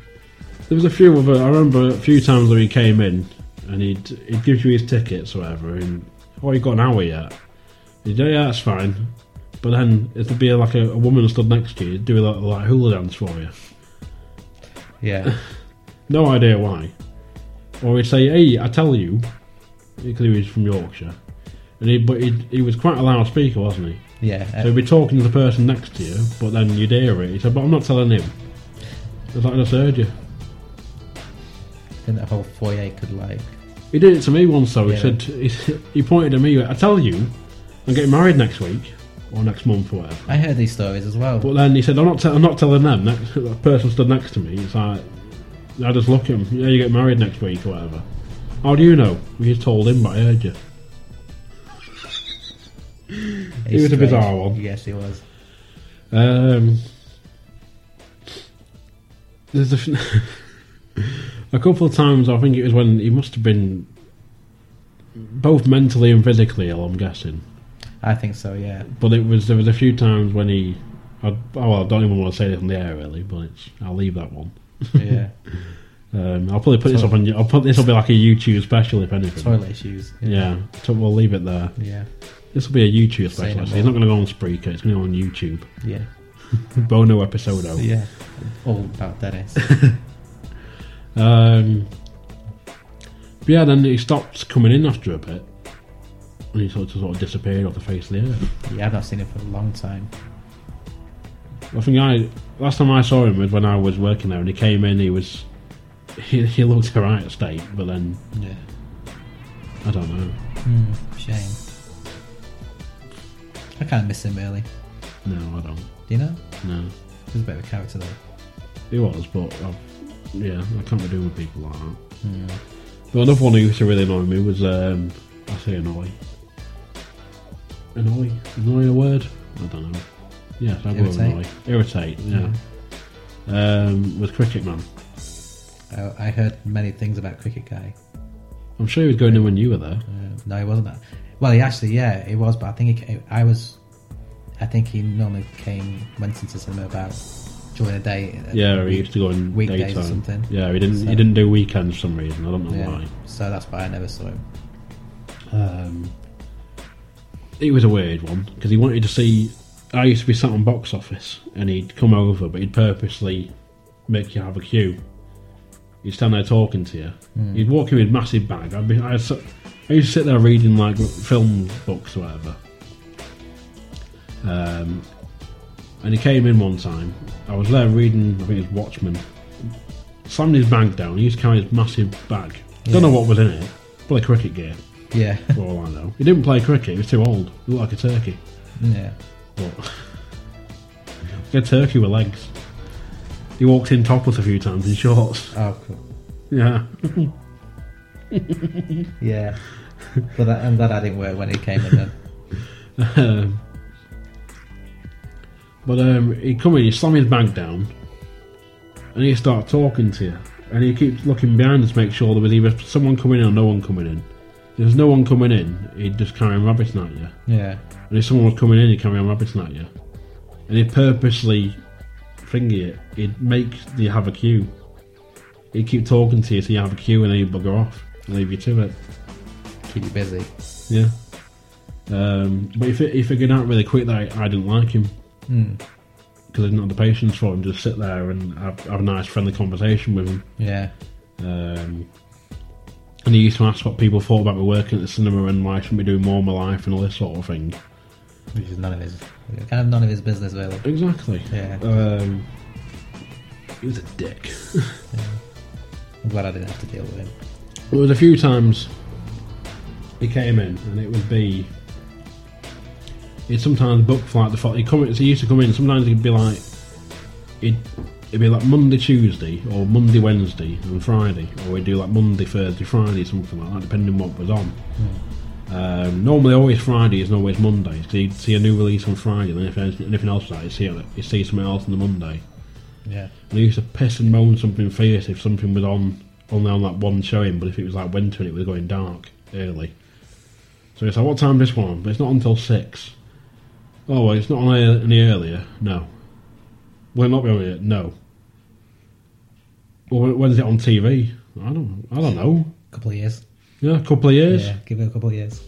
[SPEAKER 3] there was a few of I remember a few times when he came in and he'd he'd give you his tickets or whatever, and oh, you got an hour yet? He'd go, yeah, that's fine. But then it'd be like a, a woman stood next to you, do a little like hula dance for you.
[SPEAKER 4] Yeah,
[SPEAKER 3] No idea why. Or he'd say, hey, I tell you, because he was from Yorkshire, and he but he, he was quite a loud speaker, wasn't he?
[SPEAKER 4] Yeah,
[SPEAKER 3] So
[SPEAKER 4] uh,
[SPEAKER 3] he'd be talking to the person next to you, but then you'd hear it. He said, "But I'm not telling him." It's like I just heard you.
[SPEAKER 4] I think that whole foyer could like.
[SPEAKER 3] He did it to me once though. He
[SPEAKER 4] Yeah.
[SPEAKER 3] said he, he pointed at me. I tell you, I'm getting married next week or next month or whatever.
[SPEAKER 4] I heard these stories as well.
[SPEAKER 3] But then he said, "I'm not, te- I'm not telling them." Next, the person stood next to me. It's like I just look at him. Yeah, you get married next week or whatever. How do you know? We just told him, but I heard you.
[SPEAKER 4] It's
[SPEAKER 3] it was a
[SPEAKER 4] strange.
[SPEAKER 3] bizarre one.
[SPEAKER 4] Yes, it was.
[SPEAKER 3] Um, there's a, f- a couple of times I think it was when he must have been both mentally and physically ill. I'm guessing,
[SPEAKER 4] I think so. Yeah.
[SPEAKER 3] but it was there was a few times when he. I, oh, well, I don't even want to say this on the air, really, but it's, I'll leave that one.
[SPEAKER 4] Yeah.
[SPEAKER 3] Um, I'll probably put this up on. I'll put this will be like a YouTube special, if anything.
[SPEAKER 4] Toilet issues.
[SPEAKER 3] Yeah, so we'll leave it there.
[SPEAKER 4] Yeah.
[SPEAKER 3] This will be a YouTube
[SPEAKER 4] Say
[SPEAKER 3] special.
[SPEAKER 4] no
[SPEAKER 3] actually. It's not going to go on Spreaker. It's going to go on YouTube.
[SPEAKER 4] Yeah.
[SPEAKER 3] Bono episode. out.
[SPEAKER 4] Yeah. All about Dennis.
[SPEAKER 3] Um, but yeah, then he stopped coming in after a bit, and he sort of, sort of disappeared off the face of the earth.
[SPEAKER 4] yeah, I've not seen him for a long time.
[SPEAKER 3] I think I last time I saw him was when I was working there, and he came in. He was he, he looked alright at state, but then
[SPEAKER 4] Yeah.
[SPEAKER 3] I don't know.
[SPEAKER 4] Shame. I kind of miss him really.
[SPEAKER 3] No, I don't.
[SPEAKER 4] Do you know?
[SPEAKER 3] No,
[SPEAKER 4] He was a bit of a character though.
[SPEAKER 3] he was, but i yeah, I can't be doing with people like that. But another one who used to really annoy me was um, I say annoy, annoy, annoy a word. I don't know. Yes, I will
[SPEAKER 4] Irritate?
[SPEAKER 3] annoy, irritate. Yeah. Um, was cricket man.
[SPEAKER 4] I, I heard many things about Cricket Guy.
[SPEAKER 3] I'm sure he was going in when you were there.
[SPEAKER 4] Uh, no, he wasn't that. Well, he actually, yeah, he was, but I think he came, I was. I think he normally came, went into cinema about during the day. uh,
[SPEAKER 3] Yeah, he used to go in
[SPEAKER 4] Weekdays or
[SPEAKER 3] daytime.
[SPEAKER 4] something.
[SPEAKER 3] Yeah, he didn't.
[SPEAKER 4] So-
[SPEAKER 3] He didn't do weekends for some reason. I don't know
[SPEAKER 4] yeah. So that's why I never saw him.
[SPEAKER 3] why. Um, it was a weird one because he wanted to see. I used to be sat on box office, and he'd come over, but he'd purposely make you have a queue. He'd stand there talking to you. He'd walk in with a massive bag. I'd be. I'd, s- I used to sit there reading like film books or whatever. Um, and he came in one time. I was there reading. I think it was Watchmen. Slammed his bag down. He used to carry his massive bag. Don't know what was in it. Probably cricket gear.
[SPEAKER 4] Yeah,
[SPEAKER 3] For all I know, he didn't play cricket. He was too old. He looked like a turkey.
[SPEAKER 4] yeah.
[SPEAKER 3] But like a turkey with legs. He walked in topless a few times in shorts.
[SPEAKER 4] Oh, cool.
[SPEAKER 3] Yeah.
[SPEAKER 4] Yeah, but that, and that I didn't work when he came in. Then.
[SPEAKER 3] Um, but um, he'd come in, he'd slam his bag down, and he'd start talking to you. And he keeps looking behind us to make sure there was either someone coming in or no one coming in. If there's no one coming in, he'd just carry on rabbiting at you.
[SPEAKER 4] Yeah,
[SPEAKER 3] And if someone was coming in, he'd carry on rabbiting at you. And he'd purposely finger it. He'd make you have a queue. He'd keep talking to you till you have a queue and then he'd bugger off and leave you to it.
[SPEAKER 4] keep you busy.
[SPEAKER 3] Yeah. Um, but he, fi- he figured out really quick that I, I didn't like him. Because I didn't have the patience for him to sit there and have, have a nice friendly conversation with him.
[SPEAKER 4] Yeah,
[SPEAKER 3] Um, and he used to ask what people thought about me working at the cinema and why I shouldn't be doing more in my life and all this sort of thing.
[SPEAKER 4] which is none of his kind of none of his business really.
[SPEAKER 3] Exactly.
[SPEAKER 4] Yeah.
[SPEAKER 3] Um, he was a dick.
[SPEAKER 4] I'm glad I didn't have to deal with him.
[SPEAKER 3] There was a few times he came in, and it would be. He'd sometimes book for like the fo- he'd come in, so he used to come in. Sometimes he'd be like, he'd, it'd be like Monday, Tuesday, or Monday, Wednesday, and Friday, or we'd do like Monday, Thursday, Friday, something like that, depending on what was on. Um, normally, always Fridays and always Mondays. So he'd see a new release on Friday, and then if anything, anything else was out, he'd see it, he'd see something else on the Monday.
[SPEAKER 4] Yeah,
[SPEAKER 3] And he used to piss and moan something fierce if something was on only on that one showing, but if it was like winter and it was going dark early. So it's like, what time is this one on? But it's not until six. Oh, well, it's not on any- any earlier. No. Will it not be on it? No. Well, when- when's it on TV? I don't. I don't know.
[SPEAKER 4] couple of years.
[SPEAKER 3] Yeah, a couple of years.
[SPEAKER 4] Yeah, give it a couple of years.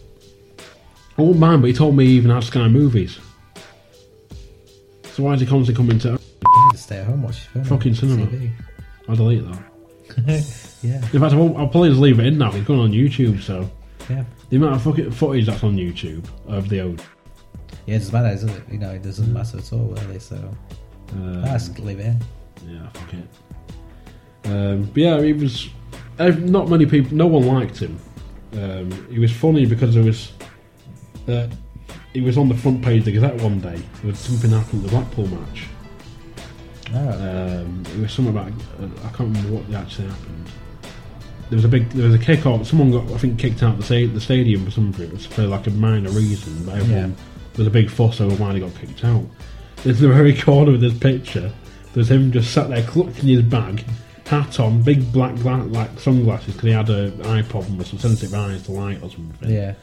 [SPEAKER 3] I wouldn't mind, but he told me he even had Sky Movies. So why is he constantly coming to?
[SPEAKER 4] You need to stay at home, watch film.
[SPEAKER 3] Fucking cinema.
[SPEAKER 4] TV.
[SPEAKER 3] I'll delete that.
[SPEAKER 4] yeah,
[SPEAKER 3] In fact, I'll, I'll probably just leave it in now. It's going on YouTube, so
[SPEAKER 4] Yeah.
[SPEAKER 3] The amount of fucking footage that's on YouTube of the old.
[SPEAKER 4] Yeah, it doesn't matter, does it? You know, it doesn't matter at all, really. So
[SPEAKER 3] Um,
[SPEAKER 4] that's leave it. in.
[SPEAKER 3] Yeah, fuck it. Um, but yeah, he was. eh, Not many people. No one liked him. Um, he was funny because there was. Uh, he was on the front page of the Gazette one day. There was something happened at the Blackpool match.
[SPEAKER 4] Oh,
[SPEAKER 3] Um, it was something about. Uh, I can't remember what actually happened. There was a big. There was a kick off. Someone got, I think, kicked out the, sta- the stadium for something. It was for like a minor reason. But everyone,
[SPEAKER 4] Yeah.
[SPEAKER 3] There was a big fuss over why they got kicked out. In the very corner of this picture, there's him just sat there clutching his bag, hat on, big black gla- like sunglasses because he had a eye problem with some sensitive eyes to light or something.
[SPEAKER 4] yeah.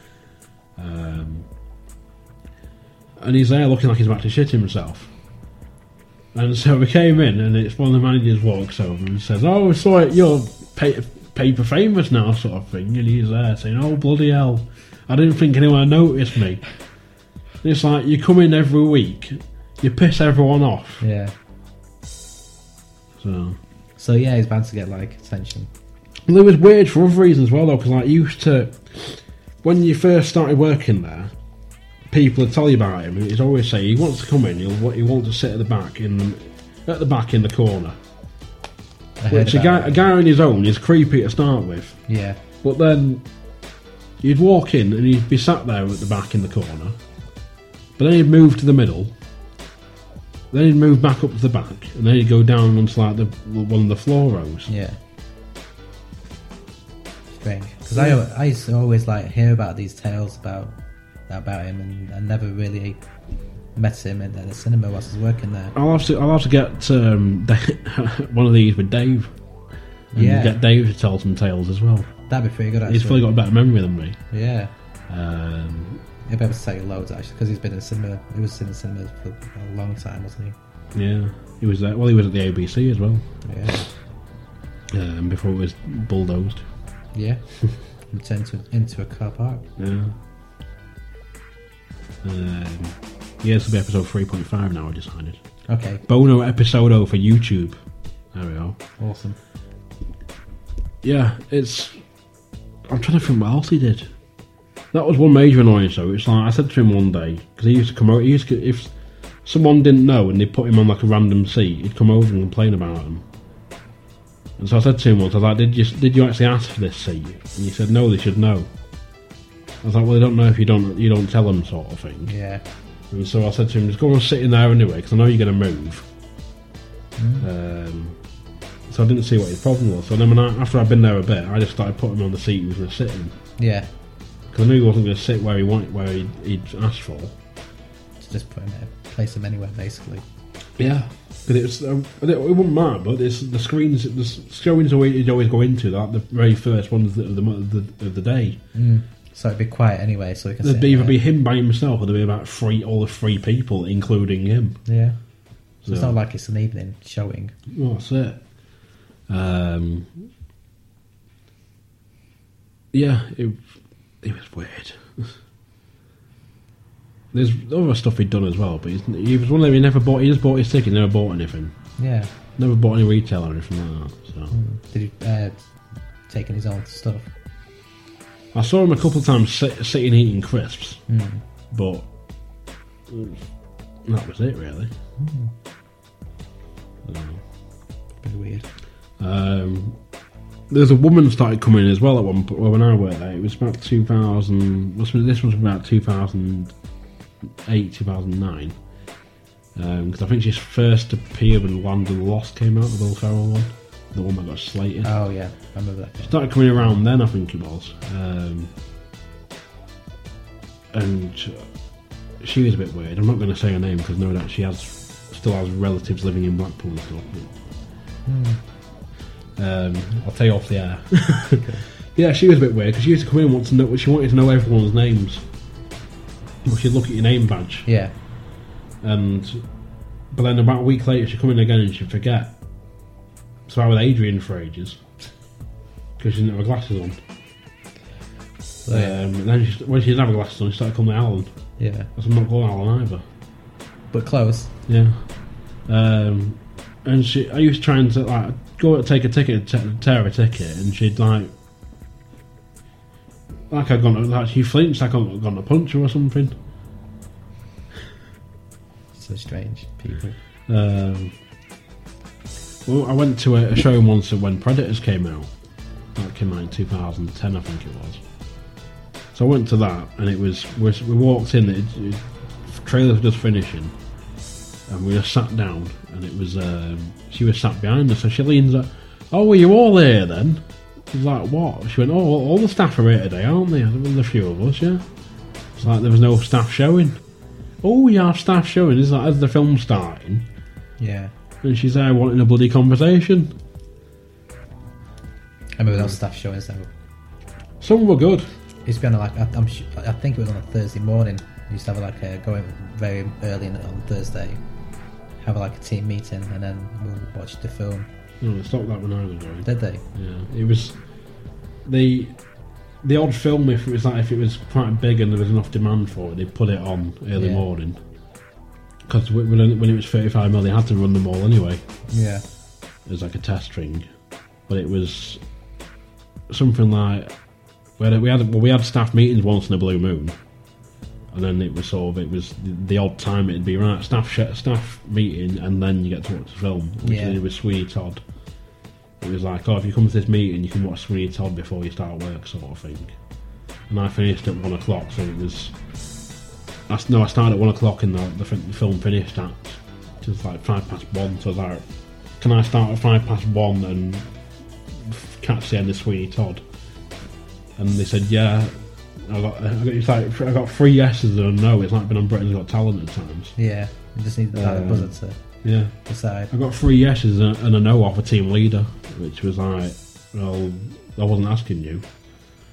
[SPEAKER 3] Um, and he's there looking like he's about to shit himself. And so we came in, and it's one of the managers walks over and says, "Oh, I saw it. You're pa- paper famous now, sort of thing." And he's there saying, "Oh, bloody hell! I didn't think anyone noticed me." And it's like you come in every week, you piss everyone off.
[SPEAKER 4] Yeah.
[SPEAKER 3] So.
[SPEAKER 4] So yeah, he's bound to get like attention.
[SPEAKER 3] Well, it was weird for other reasons as well, though, because like you used to, when you first started working there, people would tell you about him. He'd always say he wants to come in. He'll he wants to sit at the back in the at the back in the corner.
[SPEAKER 4] I heard
[SPEAKER 3] Which a
[SPEAKER 4] about
[SPEAKER 3] guy,
[SPEAKER 4] it.
[SPEAKER 3] a guy on his own is creepy to start with,
[SPEAKER 4] Yeah.
[SPEAKER 3] but then you'd walk in and he'd be sat there at the back in the corner, but then he'd move to the middle. Then he'd move back up to the back, and then he'd go down onto like the one of the floor rows.
[SPEAKER 4] Yeah. Strange. Because I, I used to always like hear about these tales about about him, and I never really met him at the cinema whilst I was working there.
[SPEAKER 3] I'll have to I'll have to get um, one of these with Dave. And
[SPEAKER 4] Yeah.
[SPEAKER 3] get Dave to tell some tales as well.
[SPEAKER 4] That'd be pretty good. Actually.
[SPEAKER 3] He's probably got a better memory than me.
[SPEAKER 4] Yeah.
[SPEAKER 3] Um,
[SPEAKER 4] He'll be able to tell you loads actually, because he's been in cinema. He was in the cinema for a long time, wasn't
[SPEAKER 3] yeah, he was there. Well, he was at the ABC as well
[SPEAKER 4] he? Yeah.
[SPEAKER 3] um, before it was bulldozed.
[SPEAKER 4] Yeah. He turned to, into a car park.
[SPEAKER 3] Yeah. Um, yeah, this will be episode three point five now. I decided.
[SPEAKER 4] Okay.
[SPEAKER 3] Bono episodo for YouTube. There we go.
[SPEAKER 4] Awesome.
[SPEAKER 3] yeah, it's. I'm trying to think what else he did. That was one major annoyance though. It's like I said to him one day because he used to come over. He used to, if someone didn't know and they put him on like a random seat, he'd come over and complain about him. And so I said to him once, I was like, "Did you did you actually ask for this seat?" And he said, "No, they should know." I was like, "Well, they don't know if you don't you don't tell them," sort of thing.
[SPEAKER 4] Yeah.
[SPEAKER 3] And so I said to him, just go and sit in there anyway, because I know you're going to move. Um, so I didn't see what his problem was. So then when I, after I'd been there a bit, I just started putting him on the seat he was going to sit in.
[SPEAKER 4] Yeah.
[SPEAKER 3] Because I knew he wasn't going to sit where he wanted, where he'd, he'd asked for.
[SPEAKER 4] So just put him there, place him anywhere basically.
[SPEAKER 3] Yeah. But it, was, um, it, it wouldn't matter, but it's, the screens, the s- screens always- he'd always go into, like the very first ones of the, mo- of the, of the day.
[SPEAKER 4] So it'd be quiet anyway, so we can.
[SPEAKER 3] There'd
[SPEAKER 4] sit
[SPEAKER 3] be either
[SPEAKER 4] anywhere.
[SPEAKER 3] be him by himself, or there'd be about three, all the three people, including him.
[SPEAKER 4] Yeah. So it's
[SPEAKER 3] So-
[SPEAKER 4] not like it's an evening showing.
[SPEAKER 3] Well, that's it. Um, yeah, it, it was weird. There's other stuff he'd done as well, but he's, he was one of them. He never bought. He just bought his ticket. Never bought anything.
[SPEAKER 4] Yeah.
[SPEAKER 3] Never bought any retail or anything like that. So
[SPEAKER 4] Did he uh, taking his own stuff?
[SPEAKER 3] I saw him a couple of times sit, sitting eating crisps, but that was it really. So.
[SPEAKER 4] Pretty weird.
[SPEAKER 3] Um, there's a woman started coming in as well at one point well, when I worked there. It was about 2000. must be- This was about 2008, 2009. Because Um, I think she first appeared when Land of the Lost came out, the Will Ferrell one, the one that got slated.
[SPEAKER 4] Oh yeah, I remember that.
[SPEAKER 3] started coming around then, I think it was. Um, and she was a bit weird. I'm not going to say her name because no doubt she has still has relatives living in Blackpool and stuff. but- Um, I'll tell you off the air. yeah, she was a bit weird because she used to come in and want to know. She wanted to know everyone's names. Well, she'd look at your name badge,
[SPEAKER 4] Yeah.
[SPEAKER 3] and but then about a week later, she'd come in again and she'd forget. So I was Adrian for ages because she didn't have her glasses on.
[SPEAKER 4] So, Oh, yeah.
[SPEAKER 3] Um, and then she, when she didn't have her glasses on, she started calling me Alan.
[SPEAKER 4] Yeah.
[SPEAKER 3] I said, I'm not calling Alan either.
[SPEAKER 4] But close.
[SPEAKER 3] Yeah. Um, and she, I used trying to like go and take a ticket, t- tear a ticket, and she'd like Like I'd gone, like he flinched, like I'd gone to punch her or something.
[SPEAKER 4] So strange people.
[SPEAKER 3] Um, well, I went to a, a show once when Predators came out. That came out in 2010, I think it was. So I went to that, and it was we, we walked in. It, it, trailer was just finishing, and we just sat down, and it was um, she was sat behind us. So she leans up. Oh, were you all there then? She was like, what? She went, oh, all, all the staff are here today, aren't they? There was a few of us, yeah. It's like there was no staff showing. Oh, you have staff showing. Is like as the film's starting?
[SPEAKER 4] Yeah.
[SPEAKER 3] And she's there wanting a bloody conversation.
[SPEAKER 4] I remember those staff showings though.
[SPEAKER 3] Some were good.
[SPEAKER 4] It's been like I, I'm, su- I think it was on a Thursday morning. We used to have like a going very early in- on Thursday, have like a team meeting, and then we'll watch the film.
[SPEAKER 3] No, it's not that one either, though.
[SPEAKER 4] Did they?
[SPEAKER 3] Yeah, it was the the odd film. If it was like if it was quite big and there was enough demand for it, they put it on early
[SPEAKER 4] Yeah.
[SPEAKER 3] morning. Because when it when it was thirty five mil, they had to run them all anyway
[SPEAKER 4] Yeah.
[SPEAKER 3] as like a test ring. But it was something like we had we had well, we had staff meetings once in a blue moon, and then it was sort of it was the, the odd time it'd be right staff sh- staff meeting, and then you get to watch the film, which
[SPEAKER 4] Yeah.
[SPEAKER 3] it was Sweeney Todd. It was like, oh, if you come to this meeting, you can watch Sweeney Todd before you start work, sort of thing. And I finished at one o'clock, so it was. I, s- no, I started at one o'clock, and the, the, fin- the film finished at just like five past one. So I was like, can I start at five past one and f- catch the end of Sweeney Todd? And they said, yeah. I got, I got, it's like, I got three yeses and a no. It's like been on Britain's Got Talent at times.
[SPEAKER 4] Yeah. You just need that
[SPEAKER 3] Um,
[SPEAKER 4] buzzer to
[SPEAKER 3] Yeah.
[SPEAKER 4] decide.
[SPEAKER 3] I got three yeses and and a no off a team leader, which was like, well, I wasn't asking you.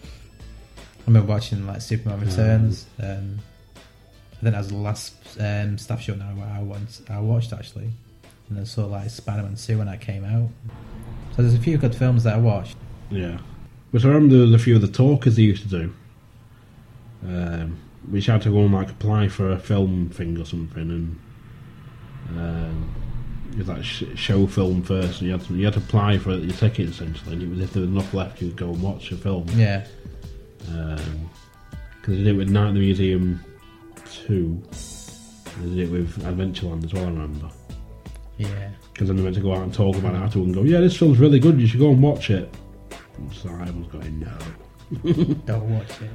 [SPEAKER 4] I remember watching like Superman Returns. Um, I think that was the last um, staff show now I once I watched actually, and then saw like Spider-Man Two when that came out. So there's a few good films that I watched.
[SPEAKER 3] Yeah. But I remember there was a few of the talkers they used to do. Um, which had to go and like apply for a film thing or something, and um, it was like sh- show film first. And you had to you had to apply for your ticket essentially, and it was if there was enough left, you could go and watch the film.
[SPEAKER 4] Yeah,
[SPEAKER 3] Because they did it with Night at the Museum two, and they did it with Adventureland as well. I remember.
[SPEAKER 4] yeah,
[SPEAKER 3] Because then they meant to go out and talk about it afterward and go, yeah, this film's really good, you should go and watch it. So I was going, no.
[SPEAKER 4] don't watch it.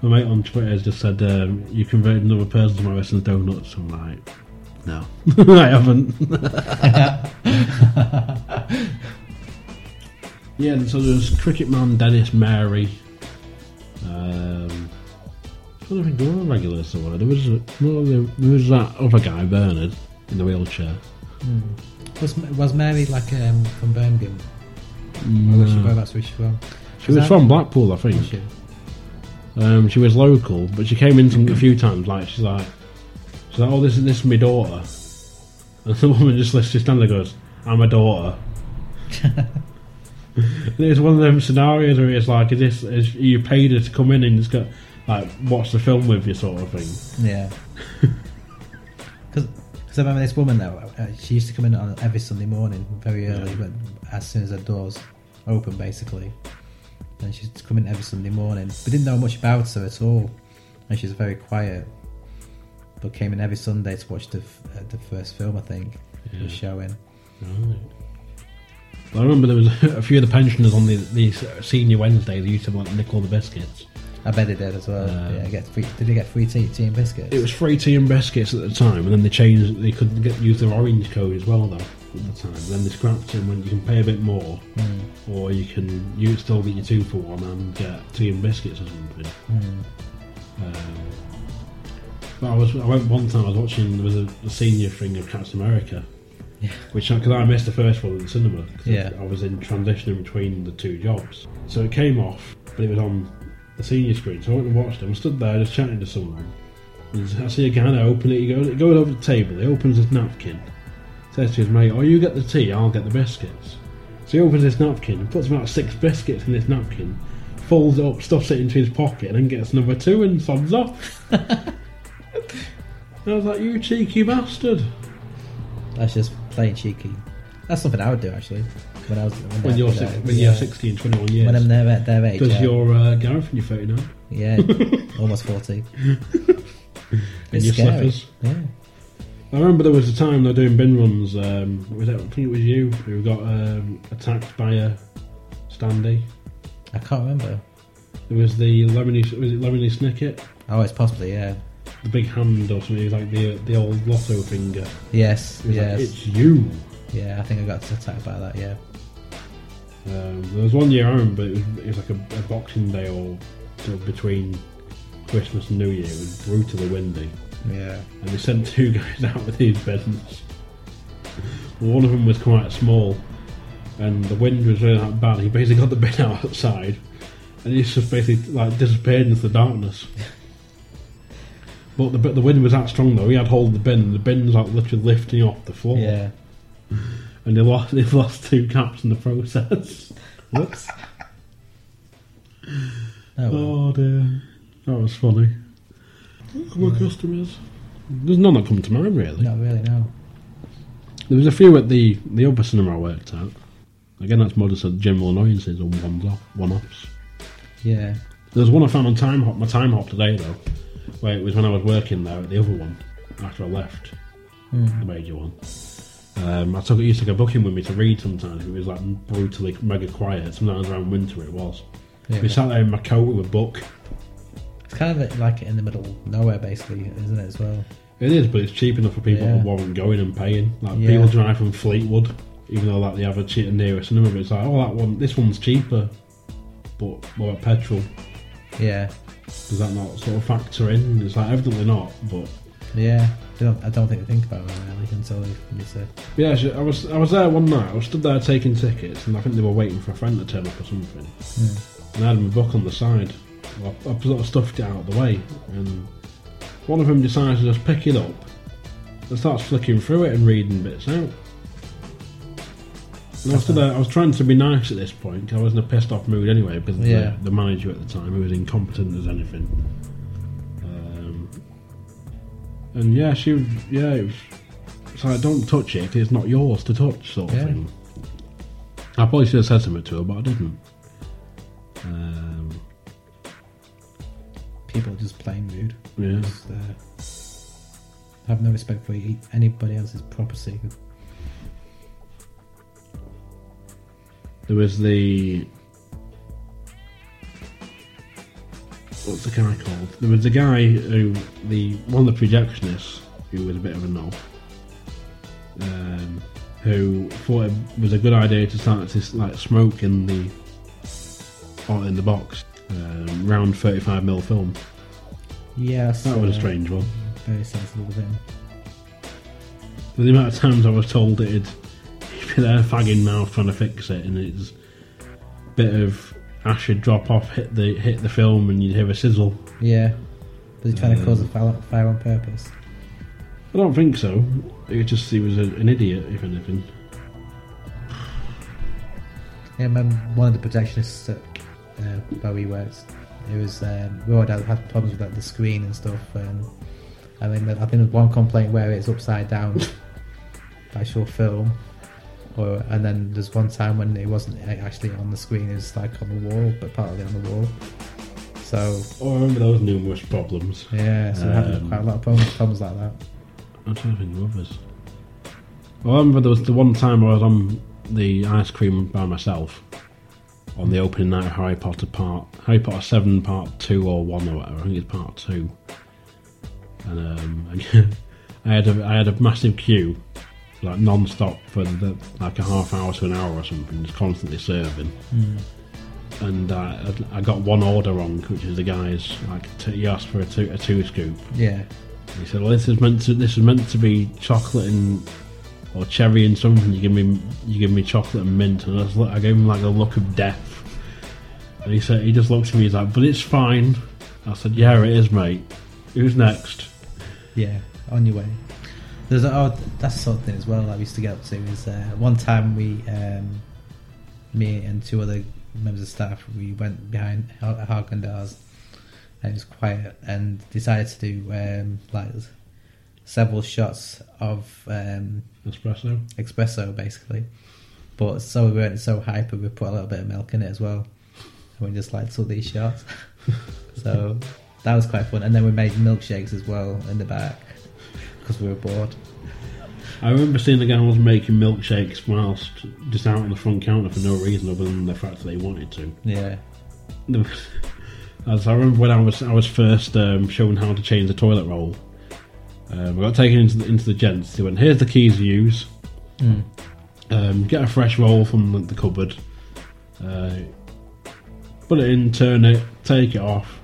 [SPEAKER 3] My mate on Twitter has just said, um, you converted another person to my wrestling donuts. I'm like, no, I haven't. yeah, and so there's Cricket Man, Dennis, Mary. Um, I don't think there were regulars there were. There was, well, there there was that other guy, Bernard, in the wheelchair.
[SPEAKER 4] Was was Mary like um, from Birmingham? Or was she whereabouts was she from?
[SPEAKER 3] She was
[SPEAKER 4] that-
[SPEAKER 3] from Blackpool, I think.
[SPEAKER 4] Was she?
[SPEAKER 3] Um, she was local, but she came in to- a few times. Like she's like, she's like, oh, this is this is my daughter, and the woman just lifts her stand and goes, "I'm a daughter." and it's one of them scenarios where it's like, is this is you paid her to come in and just go, like watch the film with you, sort of thing.
[SPEAKER 4] Yeah. Because I remember this woman though. uh, She used to come in on every Sunday morning, very early, but as soon as the doors open, basically. And she'd come in every Sunday morning. We didn't know much about her at all, and she's very quiet. But came in every Sunday to watch the f- uh, the first film, I think, it was showing.
[SPEAKER 3] I remember there was a few of the pensioners on the, the senior Wednesday. They used to have like nickel the biscuits.
[SPEAKER 4] I bet they did as well. yeah, get free, did they get free tea, tea and biscuits?
[SPEAKER 3] Uh. It was free tea and biscuits at the time, and then they changed. They could get use their orange code as well, though. At the time, then they scrapped it and went, you can pay a bit more, or you can you still get your two for one and get tea and biscuits or something. Um, but I was I went one time. I was watching there was a, a senior thing of Captain America,
[SPEAKER 4] Yeah.
[SPEAKER 3] which because I missed the first one in the cinema. 'cause
[SPEAKER 4] Yeah.
[SPEAKER 3] I was in transition in between the two jobs, so it came off, but it was on the senior screen. So I went and watched it. I stood there just chatting to someone. And I see a guy there open it. He goes, goes over the table. He opens his napkin, says to his mate, "Oh, you get the tea. I'll get the biscuits." So he opens his napkin and puts about six biscuits in his napkin, folds it up, stuffs it into his pocket, and then gets number two and sobs off. I was like, "You cheeky bastard!"
[SPEAKER 4] That's just plain cheeky. That's something I would do actually. when I was when,
[SPEAKER 3] When
[SPEAKER 4] I-
[SPEAKER 3] you're
[SPEAKER 4] when
[SPEAKER 3] six,
[SPEAKER 4] I-
[SPEAKER 3] when
[SPEAKER 4] yeah.
[SPEAKER 3] you're 60 and 21 years.
[SPEAKER 4] when I'm there at their age.
[SPEAKER 3] does
[SPEAKER 4] yeah.
[SPEAKER 3] your uh, Gareth when you're 39?
[SPEAKER 4] yeah, almost forty.
[SPEAKER 3] And
[SPEAKER 4] It's
[SPEAKER 3] your
[SPEAKER 4] scary.
[SPEAKER 3] slippers.
[SPEAKER 4] Yeah,
[SPEAKER 3] I remember there was a time they're doing bin runs. Um, was it, I think it was you who got um, attacked by a standee.
[SPEAKER 4] I can't remember.
[SPEAKER 3] It was the lemony, was it lemony snicket,
[SPEAKER 4] Oh, it's possibly yeah.
[SPEAKER 3] the big hand or something. It was like the uh, the old lotto finger.
[SPEAKER 4] Yes,
[SPEAKER 3] It was
[SPEAKER 4] yes,
[SPEAKER 3] like, it's you.
[SPEAKER 4] yeah. I think I got attacked by that. Yeah,
[SPEAKER 3] Um, there was one year I remember it was, it was like a, a Boxing Day or sort of between Christmas and New Year. It was brutally windy,
[SPEAKER 4] yeah.
[SPEAKER 3] and they sent two guys out with these bins. One of them was quite small, and the wind was really that bad. He basically got the bin out outside, and he just basically like disappeared into the darkness. But the, but the wind was that strong though. He had hold of the bin, and the bin's like literally lifting off the floor,
[SPEAKER 4] Yeah.
[SPEAKER 3] and they lost they lost two caps in the process.
[SPEAKER 4] Whoops. Oh, well.
[SPEAKER 3] Oh dear, that was funny. Our customers. There's none that come to mind really.
[SPEAKER 4] not really. No.
[SPEAKER 3] There was a few at the the other cinema I worked at. Again, that's more just a general annoyances or one off one offs.
[SPEAKER 4] Yeah.
[SPEAKER 3] There's one I found on Time Hop, my Time Hop today though, where it was when I was working there at the other one after I left the major one. Um, I took it used to take a book in with me to read sometimes. It was like brutally mega quiet. Sometimes around winter it was.
[SPEAKER 4] Yeah.
[SPEAKER 3] We sat there in my coat with a book.
[SPEAKER 4] It's kind of like in the middle of nowhere, basically, isn't it? As well.
[SPEAKER 3] It is, but it's cheap enough for people
[SPEAKER 4] Yeah.
[SPEAKER 3] to warrant going and paying. Like
[SPEAKER 4] Yeah.
[SPEAKER 3] people drive from Fleetwood, even though like they have a cheaper nearest cinema, but it's like, oh, that one, this one's cheaper, but more at petrol.
[SPEAKER 4] Yeah.
[SPEAKER 3] Does that not sort of factor in? It's like evidently not, but
[SPEAKER 4] Yeah. I don't, I don't think they think about it really until you say.
[SPEAKER 3] But yeah, actually, I was I was there one night. I was stood there taking tickets, and I think they were waiting for a friend to turn up or something. And I had my book on the side. Well, I, I sort of stuffed it out of the way, and one of them decides to just pick it up and starts flicking through it and reading bits out. And I was, stood there, I was trying to be nice at this point. 'cause I was in a pissed off mood anyway because of the-
[SPEAKER 4] Yeah.
[SPEAKER 3] the, manager at the time, who was incompetent as anything. Um, and yeah, she, was- yeah, it was so I don't touch it. 'cause It's not yours to touch, sort of
[SPEAKER 4] Yeah.
[SPEAKER 3] thing. I probably should have said something to her, but I didn't. Um,
[SPEAKER 4] People are just plain rude.
[SPEAKER 3] yeah,
[SPEAKER 4] Just, uh, have no respect for e- anybody else's property.
[SPEAKER 3] there was the what's the guy called? There was the guy who the one of the projectionists who was a bit of a knob, um, who thought it was a good idea to start to like smoke in the or in the box, um, round thirty-five mil film.
[SPEAKER 4] Yes.
[SPEAKER 3] That was
[SPEAKER 4] uh,
[SPEAKER 3] a strange one.
[SPEAKER 4] Very sensible of him.
[SPEAKER 3] The amount of times I was told it'd he'd be there fagging mouth trying to fix it, and it's bit of ash would drop off, hit the hit the film, and you'd hear a sizzle.
[SPEAKER 4] Yeah. Was he trying
[SPEAKER 3] Mm.
[SPEAKER 4] to cause a fire, fire on purpose?
[SPEAKER 3] I don't think so. It was just he was a, an idiot, if anything.
[SPEAKER 4] Yeah, man, one of the projectionists at uh, where we worked, it was um, we already had problems with like, the screen and stuff. And I mean, I think there's one complaint where it's upside down, actual film, or and then there's one time when it wasn't a- actually on the screen; it was like on the wall, but partly on the wall. So
[SPEAKER 3] Oh, I remember those numerous problems.
[SPEAKER 4] yeah, so we had
[SPEAKER 3] Um,
[SPEAKER 4] quite a lot of problems, problems like that.
[SPEAKER 3] I'm trying to think of others. Well, I remember there was the one time I was on the ice cream by myself on the opening night of Harry Potter part Harry Potter Seven Part Two or One or whatever. I think it's Part Two. And um, I had a I had a massive queue, like non-stop for the, like a half hour to an hour or something, just constantly serving. And uh, I, I got one order wrong, which is the guy's like t- he asked for a two a two scoop.
[SPEAKER 4] Yeah,
[SPEAKER 3] He said, "Well, this is meant to. This is meant to be chocolate and or cherry and something. You give me, you give me chocolate and mint." And I, was, like- I gave him like a look of death. And he said, he just looked at me. He's like, "But it's fine." I said, "Yeah, it is, mate. Who's next?"
[SPEAKER 4] Yeah, on your way. There's a, oh, that's the sort of thing as well that we used to get up to is uh, one time we, um, me and two other members of staff, we went behind Hagen Dazs and it was quiet and decided to do um, like several shots of um,
[SPEAKER 3] Espresso.
[SPEAKER 4] espresso basically. But so we weren't so hyper, we put a little bit of milk in it as well, and we just like took these shots. so that was quite fun. And then we made milkshakes as well in the back because we were bored.
[SPEAKER 3] I remember seeing the guy was making milkshakes whilst just out on the front counter for no reason other than the fact that they wanted to.
[SPEAKER 4] Yeah,
[SPEAKER 3] The- As I remember when I was I was first um, shown how to change the toilet roll. Um, I got taken into the, into the gents. They went, "Here's the keys you use. Um, get a fresh roll from the, the cupboard. Uh, put it in, turn it, take it off."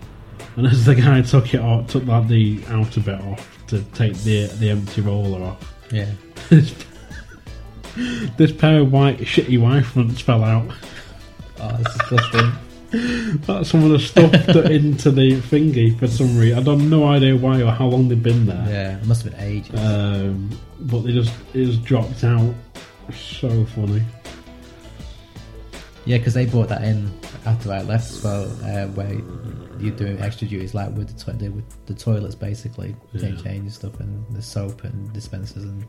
[SPEAKER 3] And as the guy took it off, took like the outer bit off to take the the empty roller off,
[SPEAKER 4] yeah.
[SPEAKER 3] this, this pair of white shitty wife fronts fell out.
[SPEAKER 4] Oh, it's disgusting.
[SPEAKER 3] That someone has stuffed it into the thingy for some reason. I have no idea why or how long they've been there.
[SPEAKER 4] yeah, it must have been ages.
[SPEAKER 3] Um, but they just it just dropped out. So funny.
[SPEAKER 4] Yeah, because they brought that in after I left as well, uh, where you're doing extra duties like with the to- with the toilets basically,
[SPEAKER 3] Yeah.
[SPEAKER 4] change and stuff, and the soap and dispensers and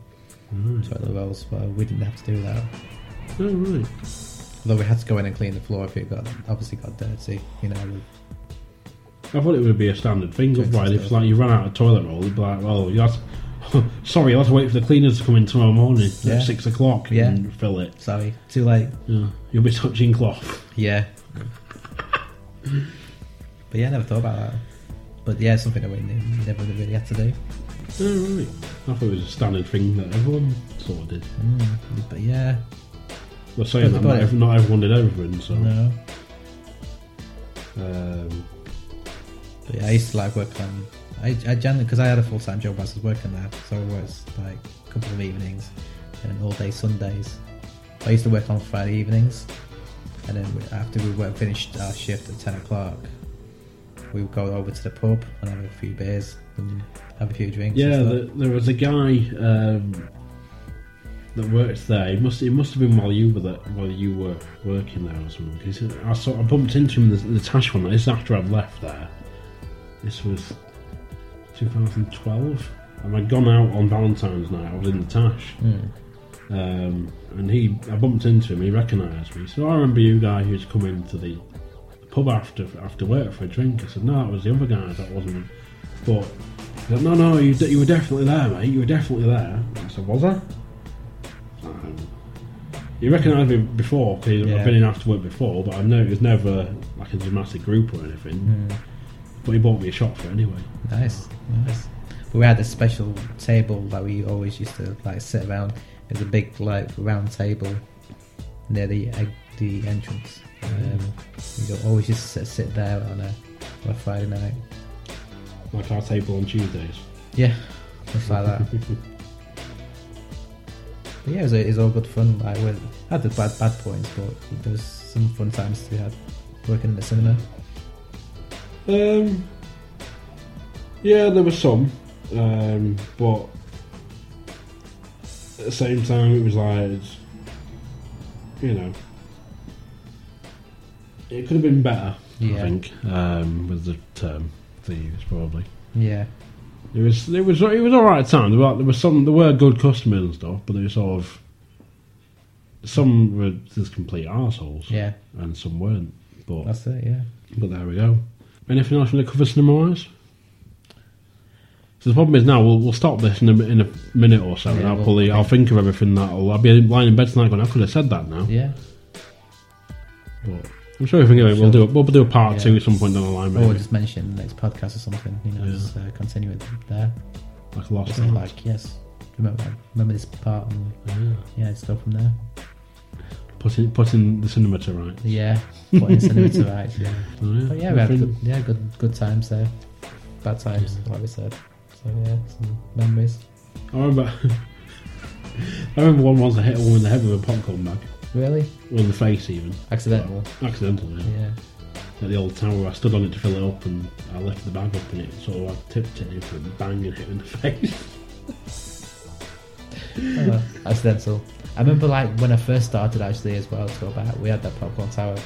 [SPEAKER 4] toilet rolls. But we didn't have to do that,
[SPEAKER 3] Oh right.
[SPEAKER 4] although we had to go in and clean the floor if it got obviously got dirty, you know. with-
[SPEAKER 3] I thought it would be a standard thing. Otherwise, if like you run out of toilet roll, you'd be like, "Well, you have to, sorry, you have to wait for the cleaners to come in tomorrow morning
[SPEAKER 4] Yeah.
[SPEAKER 3] at six o'clock
[SPEAKER 4] Yeah.
[SPEAKER 3] and fill it."
[SPEAKER 4] Sorry, too late.
[SPEAKER 3] Yeah. You'll be touching cloth.
[SPEAKER 4] Yeah. but yeah, I never thought about that. But yeah, something that we ne- never really had to do.
[SPEAKER 3] Oh, right. I thought it was a standard thing that everyone sort of did.
[SPEAKER 4] But yeah,
[SPEAKER 3] We're saying that
[SPEAKER 4] But- but-
[SPEAKER 3] not, ev- not everyone did everything, so.
[SPEAKER 4] no.
[SPEAKER 3] Um,
[SPEAKER 4] But yeah, I used to like work on. I, I generally because I had a full time job whilst I was working there, so I worked like a couple of evenings and all day Sundays. I used to work on Friday evenings, and then we- after we worked, finished our shift at ten o'clock, we would go over to the pub and have a few beers and have a few drinks.
[SPEAKER 3] yeah,
[SPEAKER 4] and stuff.
[SPEAKER 3] the, there was a guy um, that worked there. It must it must have been while you were there, while you were working there or something. 'cause I saw I bumped into him in the, the Tash one. This is after I'd left there. This was 2012, and I'd gone out on Valentine's night. I was in the Tash. Um, and he, I bumped into him. He recognised me. So I remember you guy who's come into the, the pub after after work for a drink. I said, "No, that was the other guy. That wasn't." But he said, "No, no, you, de- you were definitely there, mate. You were definitely there." I said, "Was I?" Um, he recognised me before because
[SPEAKER 4] Yeah.
[SPEAKER 3] I've been in after work before, but I know it was never like a dramatic group or anything. But he bought me a shot for it anyway.
[SPEAKER 4] Hmm. Nice, nice. But we had a special table that we always used to like sit around. It was a big like round table near the uh, the entrance. Um, we go- always used to sit, sit there on a, on a Friday night.
[SPEAKER 3] Like our table on Tuesdays.
[SPEAKER 4] Yeah, stuff like that. but yeah, it was, it was all good fun. Like, we had the bad bad points, but there was some fun times to be had working in the cinema.
[SPEAKER 3] Um, yeah, there were some, um, but at the same time, it was like, it's- you know, it could have been better.
[SPEAKER 4] Yeah.
[SPEAKER 3] I think um, with the term they used, probably.
[SPEAKER 4] Yeah,
[SPEAKER 3] It was it was it was all right at times. There were, there were some there were good customers and stuff, but they were sort of some were just complete assholes,
[SPEAKER 4] yeah,
[SPEAKER 3] and some weren't. But
[SPEAKER 4] that's it. Yeah.
[SPEAKER 3] but there we go. Anything else from the cover cinema wise? So the problem is now we'll, we'll stop this in a, in a minute or so, and
[SPEAKER 4] Yeah,
[SPEAKER 3] I'll
[SPEAKER 4] we'll-
[SPEAKER 3] probably I'll think of everything that I'll, I'll be lying in bed tonight going I could have said that now.
[SPEAKER 4] Yeah.
[SPEAKER 3] But I'm sure if we think of it, we'll do a, we'll do a part
[SPEAKER 4] Yeah.
[SPEAKER 3] two at some point down the line,
[SPEAKER 4] Or
[SPEAKER 3] maybe.
[SPEAKER 4] just mention in the next podcast or something, you know,
[SPEAKER 3] Yeah. Mm.
[SPEAKER 4] just uh, continue it there.
[SPEAKER 3] like a last
[SPEAKER 4] Just
[SPEAKER 3] time.
[SPEAKER 4] like, yes, remember, remember this part, and
[SPEAKER 3] yeah.
[SPEAKER 4] yeah, just go from there.
[SPEAKER 3] putting putting the cinema to right.
[SPEAKER 4] Yeah, put in cinema to right, yeah.
[SPEAKER 3] Oh, yeah,
[SPEAKER 4] But yeah, we had
[SPEAKER 3] Nothing-
[SPEAKER 4] good, yeah, good, good times there, bad times, like we said. So yeah, some memories.
[SPEAKER 3] I remember. I remember one once I hit a woman in the head with a popcorn bag,
[SPEAKER 4] Really?
[SPEAKER 3] or in the face even,
[SPEAKER 4] Accidental.
[SPEAKER 3] accidentally. Yeah.
[SPEAKER 4] Yeah.
[SPEAKER 3] At the old tower, I stood on it to fill it up, and I lifted the bag up, and it so I tipped it for a bang and hit her in the face.
[SPEAKER 4] Oh, accidental. I remember like when I first started actually as well to go back, we had that popcorn tower.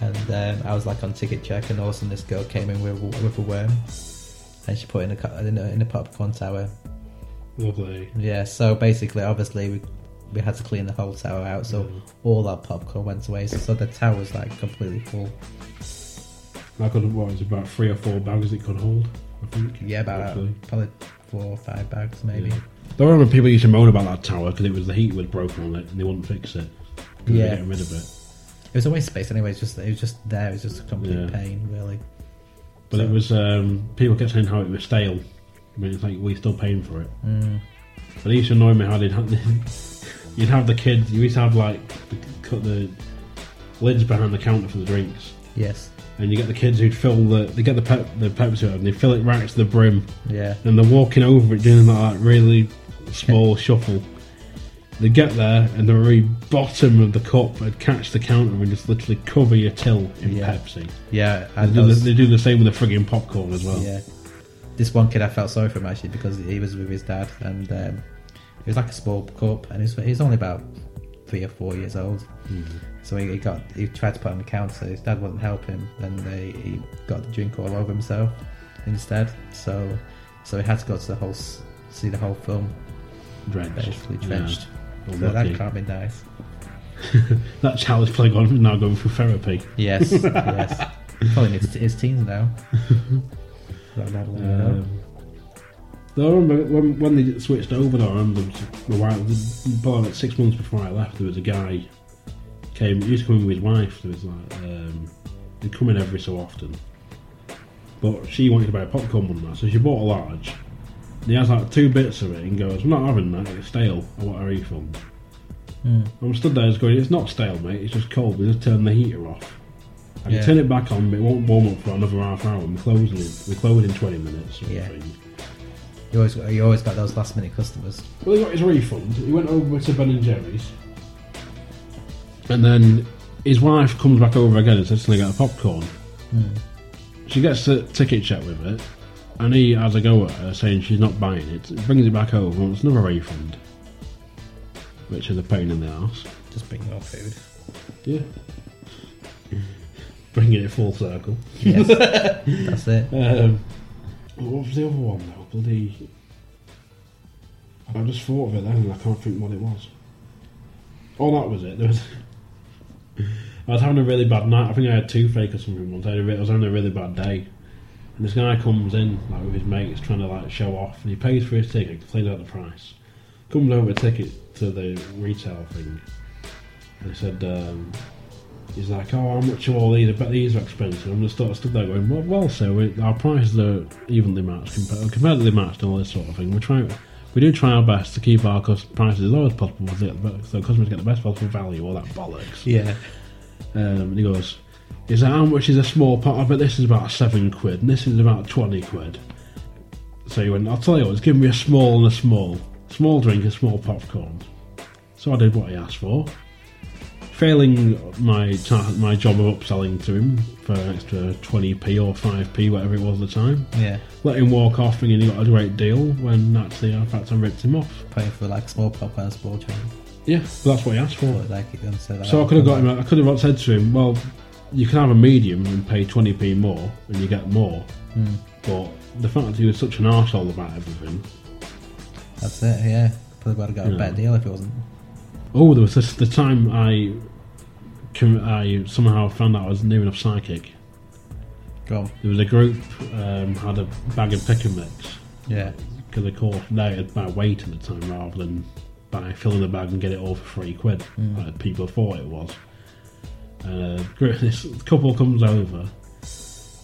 [SPEAKER 4] And um, I was like on ticket check and all of a sudden this girl came in with, a- with a worm. And she put it in a, cu- in a in a popcorn tower.
[SPEAKER 3] Lovely.
[SPEAKER 4] Yeah, so basically obviously we we had to clean the whole tower out, so
[SPEAKER 3] Mm.
[SPEAKER 4] all that popcorn went away. So, so the tower was like completely full.
[SPEAKER 3] I could what it's about three or four bags it could hold. I think.
[SPEAKER 4] Yeah, about
[SPEAKER 3] Actually.
[SPEAKER 4] probably four or five bags maybe.
[SPEAKER 3] Yeah. There were people used to moan about that tower because it was the heat was broken on it and they wouldn't fix it. 'cause they were
[SPEAKER 4] Yeah.
[SPEAKER 3] getting rid of it.
[SPEAKER 4] It was always space anyway. It's just it was just there. It was just a complete
[SPEAKER 3] Yeah.
[SPEAKER 4] pain, really.
[SPEAKER 3] But it
[SPEAKER 4] So-
[SPEAKER 3] was um, people kept saying how it was stale. I mean, it's like we're still paying for it.
[SPEAKER 4] Mm.
[SPEAKER 3] But it used to annoy me how they'd have, you'd have the kids. You used to have like the, cut the lids behind the counter for the drinks,
[SPEAKER 4] Yes.
[SPEAKER 3] and you get the kids who'd fill the they get the pep, the Pepsi out and they fill it right to the brim,
[SPEAKER 4] Yeah.
[SPEAKER 3] and they're walking over it doing that like, really small shuffle. They get there and the very bottom of the cup would catch the counter and just literally cover your till in
[SPEAKER 4] Yeah.
[SPEAKER 3] Pepsi.
[SPEAKER 4] Yeah.
[SPEAKER 3] And
[SPEAKER 4] And
[SPEAKER 3] they do,
[SPEAKER 4] those-
[SPEAKER 3] the, they do the same with the frigging popcorn as well.
[SPEAKER 4] Yeah. This one kid I felt sorry for him actually because he was with his dad and um, it was like a small cup and he was, he was only about three or four years old. So he, he got he tried to put on the counter. His dad wouldn't help him and they, he got the drink all over himself instead. So so he had to go to the whole s- see the whole film
[SPEAKER 3] drenched.
[SPEAKER 4] basically
[SPEAKER 3] Yeah.
[SPEAKER 4] drenched. So
[SPEAKER 3] Unlucky.
[SPEAKER 4] that can't be nice.
[SPEAKER 3] That child's probably gone, now going for therapy.
[SPEAKER 4] Yes, yes. Probably in his, his teens now. That level, you know.
[SPEAKER 3] Um, though I remember when, when they switched over, though, I remember my wife, about like six months before I left, there was a guy came, he used to come in with his wife. There was like, um, he'd come in every so often. But she wanted to buy popcorn one night, so she bought a large. And he has like two bits of it and goes, I'm not having that, it's stale, I want a refund.
[SPEAKER 4] Hmm.
[SPEAKER 3] I'm stood there just going, it's not stale, mate, it's just cold, we just turn the heater off. I can
[SPEAKER 4] Yeah.
[SPEAKER 3] turn it back on, but it won't warm up for another half hour. and We're closing it. We're closing in 20 minutes. Sort
[SPEAKER 4] Yeah.
[SPEAKER 3] Of thing.
[SPEAKER 4] You always got, you always got those last minute customers.
[SPEAKER 3] Well, he got his refund. He went over to Ben and Jerry's, and then his wife comes back over again and says, "Can I get a popcorn?" Hmm. She gets the ticket check with it, and he has a go at her, saying she's not buying it. Brings it back over, wants another refund, which is a pain in the ass.
[SPEAKER 4] Just bring your food.
[SPEAKER 3] Yeah, bringing it full circle.
[SPEAKER 4] Yes, that's it.
[SPEAKER 3] Um, what was the other one though? Bloody. I just thought of it then and I can't think what it was. Oh, that was it. There was. I was having a really bad night. I think I had toothache or something once. I, had a re- I was having a really bad day. And this guy comes in like with his mates trying to like show off and he pays for his ticket, complains about the price. Comes over with a ticket to the retail thing. And he said, um, He's like, oh, how much are all these? I bet these are expensive. I'm just sort of stood there going, well, well sir, we, our prices are evenly matched, compa- competitively matched, and all this sort of thing. We try, we do try our best to keep our cost- prices as low as possible, so that the customers get the best possible value. All that bollocks.
[SPEAKER 4] Yeah,
[SPEAKER 3] Um, and he goes, is that how much is a small pot? I bet this is about seven quid, and this is about twenty quid. So he went, I'll tell you what, just give me a small and a small, small drink and small popcorn. So I did what he asked for failing my ta- my job of upselling to him for an extra 20p or 5p, whatever it was at the time.
[SPEAKER 4] yeah.
[SPEAKER 3] Let him walk off thinking he got a great deal when actually, in fact, I ripped him off.
[SPEAKER 4] Paying for like small popcorn, small drink,
[SPEAKER 3] Yeah, but that's what he asked for.
[SPEAKER 4] but like you don't say that.
[SPEAKER 3] So I could have got him. I could have said to him, "Well, you can have a medium and pay 20p more, and you get more." But the fact that he was such an arsehole about everything.
[SPEAKER 4] That's it. Yeah, probably would have got a better deal if it wasn't.
[SPEAKER 3] Oh, there was this, the time I, com- I somehow found out I was near enough psychic.
[SPEAKER 4] Go on.
[SPEAKER 3] There was a group um, had a bag of pick and mix
[SPEAKER 4] Yeah,
[SPEAKER 3] because of course they had by weight at the time rather than by filling the bag and get it all for three quid like people thought it was. Uh, gr- this couple comes over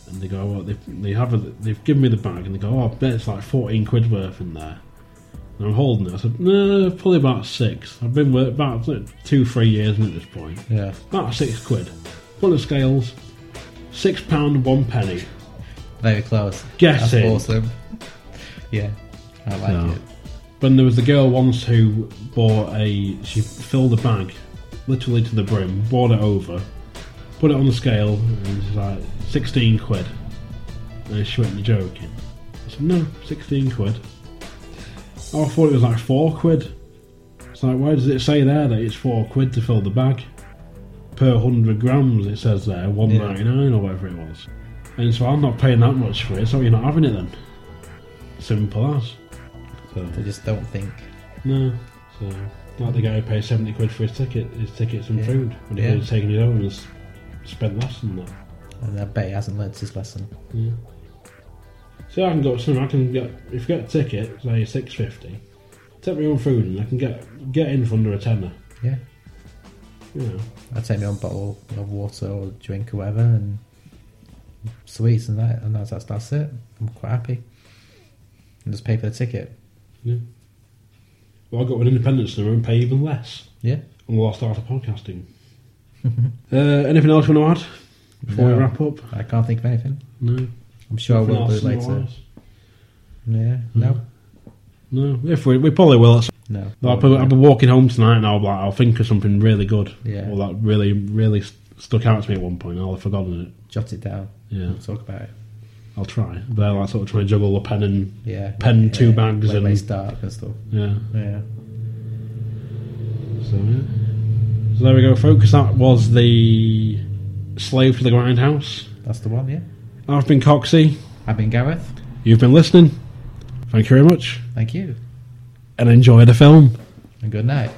[SPEAKER 3] and they go, well, they, they have a, they've given me the bag and they go, oh, I bet it's like fourteen quid worth in there. And I'm holding it. I said, no, probably about six. I've been with about like, two, three years in at this point.
[SPEAKER 4] yeah.
[SPEAKER 3] About six quid. Full of scales. Six pound one penny.
[SPEAKER 4] Very close.
[SPEAKER 3] Guess
[SPEAKER 4] that's
[SPEAKER 3] it.
[SPEAKER 4] awesome. Yeah, I like
[SPEAKER 3] No.
[SPEAKER 4] it.
[SPEAKER 3] When there was the girl once who bought a, she filled a bag, literally to the brim, bought it over, put it on the scale, and she's like sixteen quid. And she went, "You're joking." I said, "No, sixteen quid." Oh, I thought it was like four quid. It's like, why does it say there that it's four quid to fill the bag? Per hundred grams, it says there one
[SPEAKER 4] Yeah.
[SPEAKER 3] ninety nine or whatever it was. And so I'm not paying that much for it. So you're not having it then. Simple as. So.
[SPEAKER 4] They just don't think.
[SPEAKER 3] No. So Like the guy who paid 70 quid for his ticket, his tickets and
[SPEAKER 4] Yeah.
[SPEAKER 3] food, when he
[SPEAKER 4] Yeah.
[SPEAKER 3] could have taken his own and s- spent less than that.
[SPEAKER 4] And I bet he hasn't learnt his lesson.
[SPEAKER 3] See, I can go to cinema. I can get if you get a ticket, say six fifty, take my own food, and I can get get in for under a tenner.
[SPEAKER 4] Yeah.
[SPEAKER 3] You know,
[SPEAKER 4] I take my own bottle of water or drink or whatever and sweets and that and that's that's, that's it. I'm quite happy. And just pay for the ticket.
[SPEAKER 3] yeah. Well, I got an independent cinema and pay even less,
[SPEAKER 4] Yeah.
[SPEAKER 3] and we'll all start a podcasting. uh, anything else you want to add before
[SPEAKER 4] No.
[SPEAKER 3] we wrap up?
[SPEAKER 4] I can't think of anything.
[SPEAKER 3] No.
[SPEAKER 4] I'm sure I
[SPEAKER 3] Nothing
[SPEAKER 4] will do
[SPEAKER 3] else Hmm.
[SPEAKER 4] later.
[SPEAKER 3] cinema-wise?
[SPEAKER 4] Yeah. No.
[SPEAKER 3] No. If we, we probably will. at some-
[SPEAKER 4] No.
[SPEAKER 3] I'll, probably, I'll be walking home tonight, and I'll be like, I'll think of something really good.
[SPEAKER 4] Yeah.
[SPEAKER 3] Or that really, really st- stuck out to me at one point. and I'll have forgotten it.
[SPEAKER 4] Jot it down.
[SPEAKER 3] Yeah.
[SPEAKER 4] We'll talk about it.
[SPEAKER 3] I'll try. But I like sort of trying to juggle the pen and
[SPEAKER 4] Yeah.
[SPEAKER 3] Pen,
[SPEAKER 4] yeah.
[SPEAKER 3] two bags
[SPEAKER 4] Like,
[SPEAKER 3] and-
[SPEAKER 4] lace dark and stuff.
[SPEAKER 3] yeah.
[SPEAKER 4] Yeah.
[SPEAKER 3] So yeah. So there we go, folks. That was the slave to the grindhouse.
[SPEAKER 4] That's the one, yeah.
[SPEAKER 3] I've been Coxey.
[SPEAKER 4] I've been Gareth.
[SPEAKER 3] You've been listening. Thank you very much,
[SPEAKER 4] Thank you.
[SPEAKER 3] and enjoy the film.
[SPEAKER 4] And good night.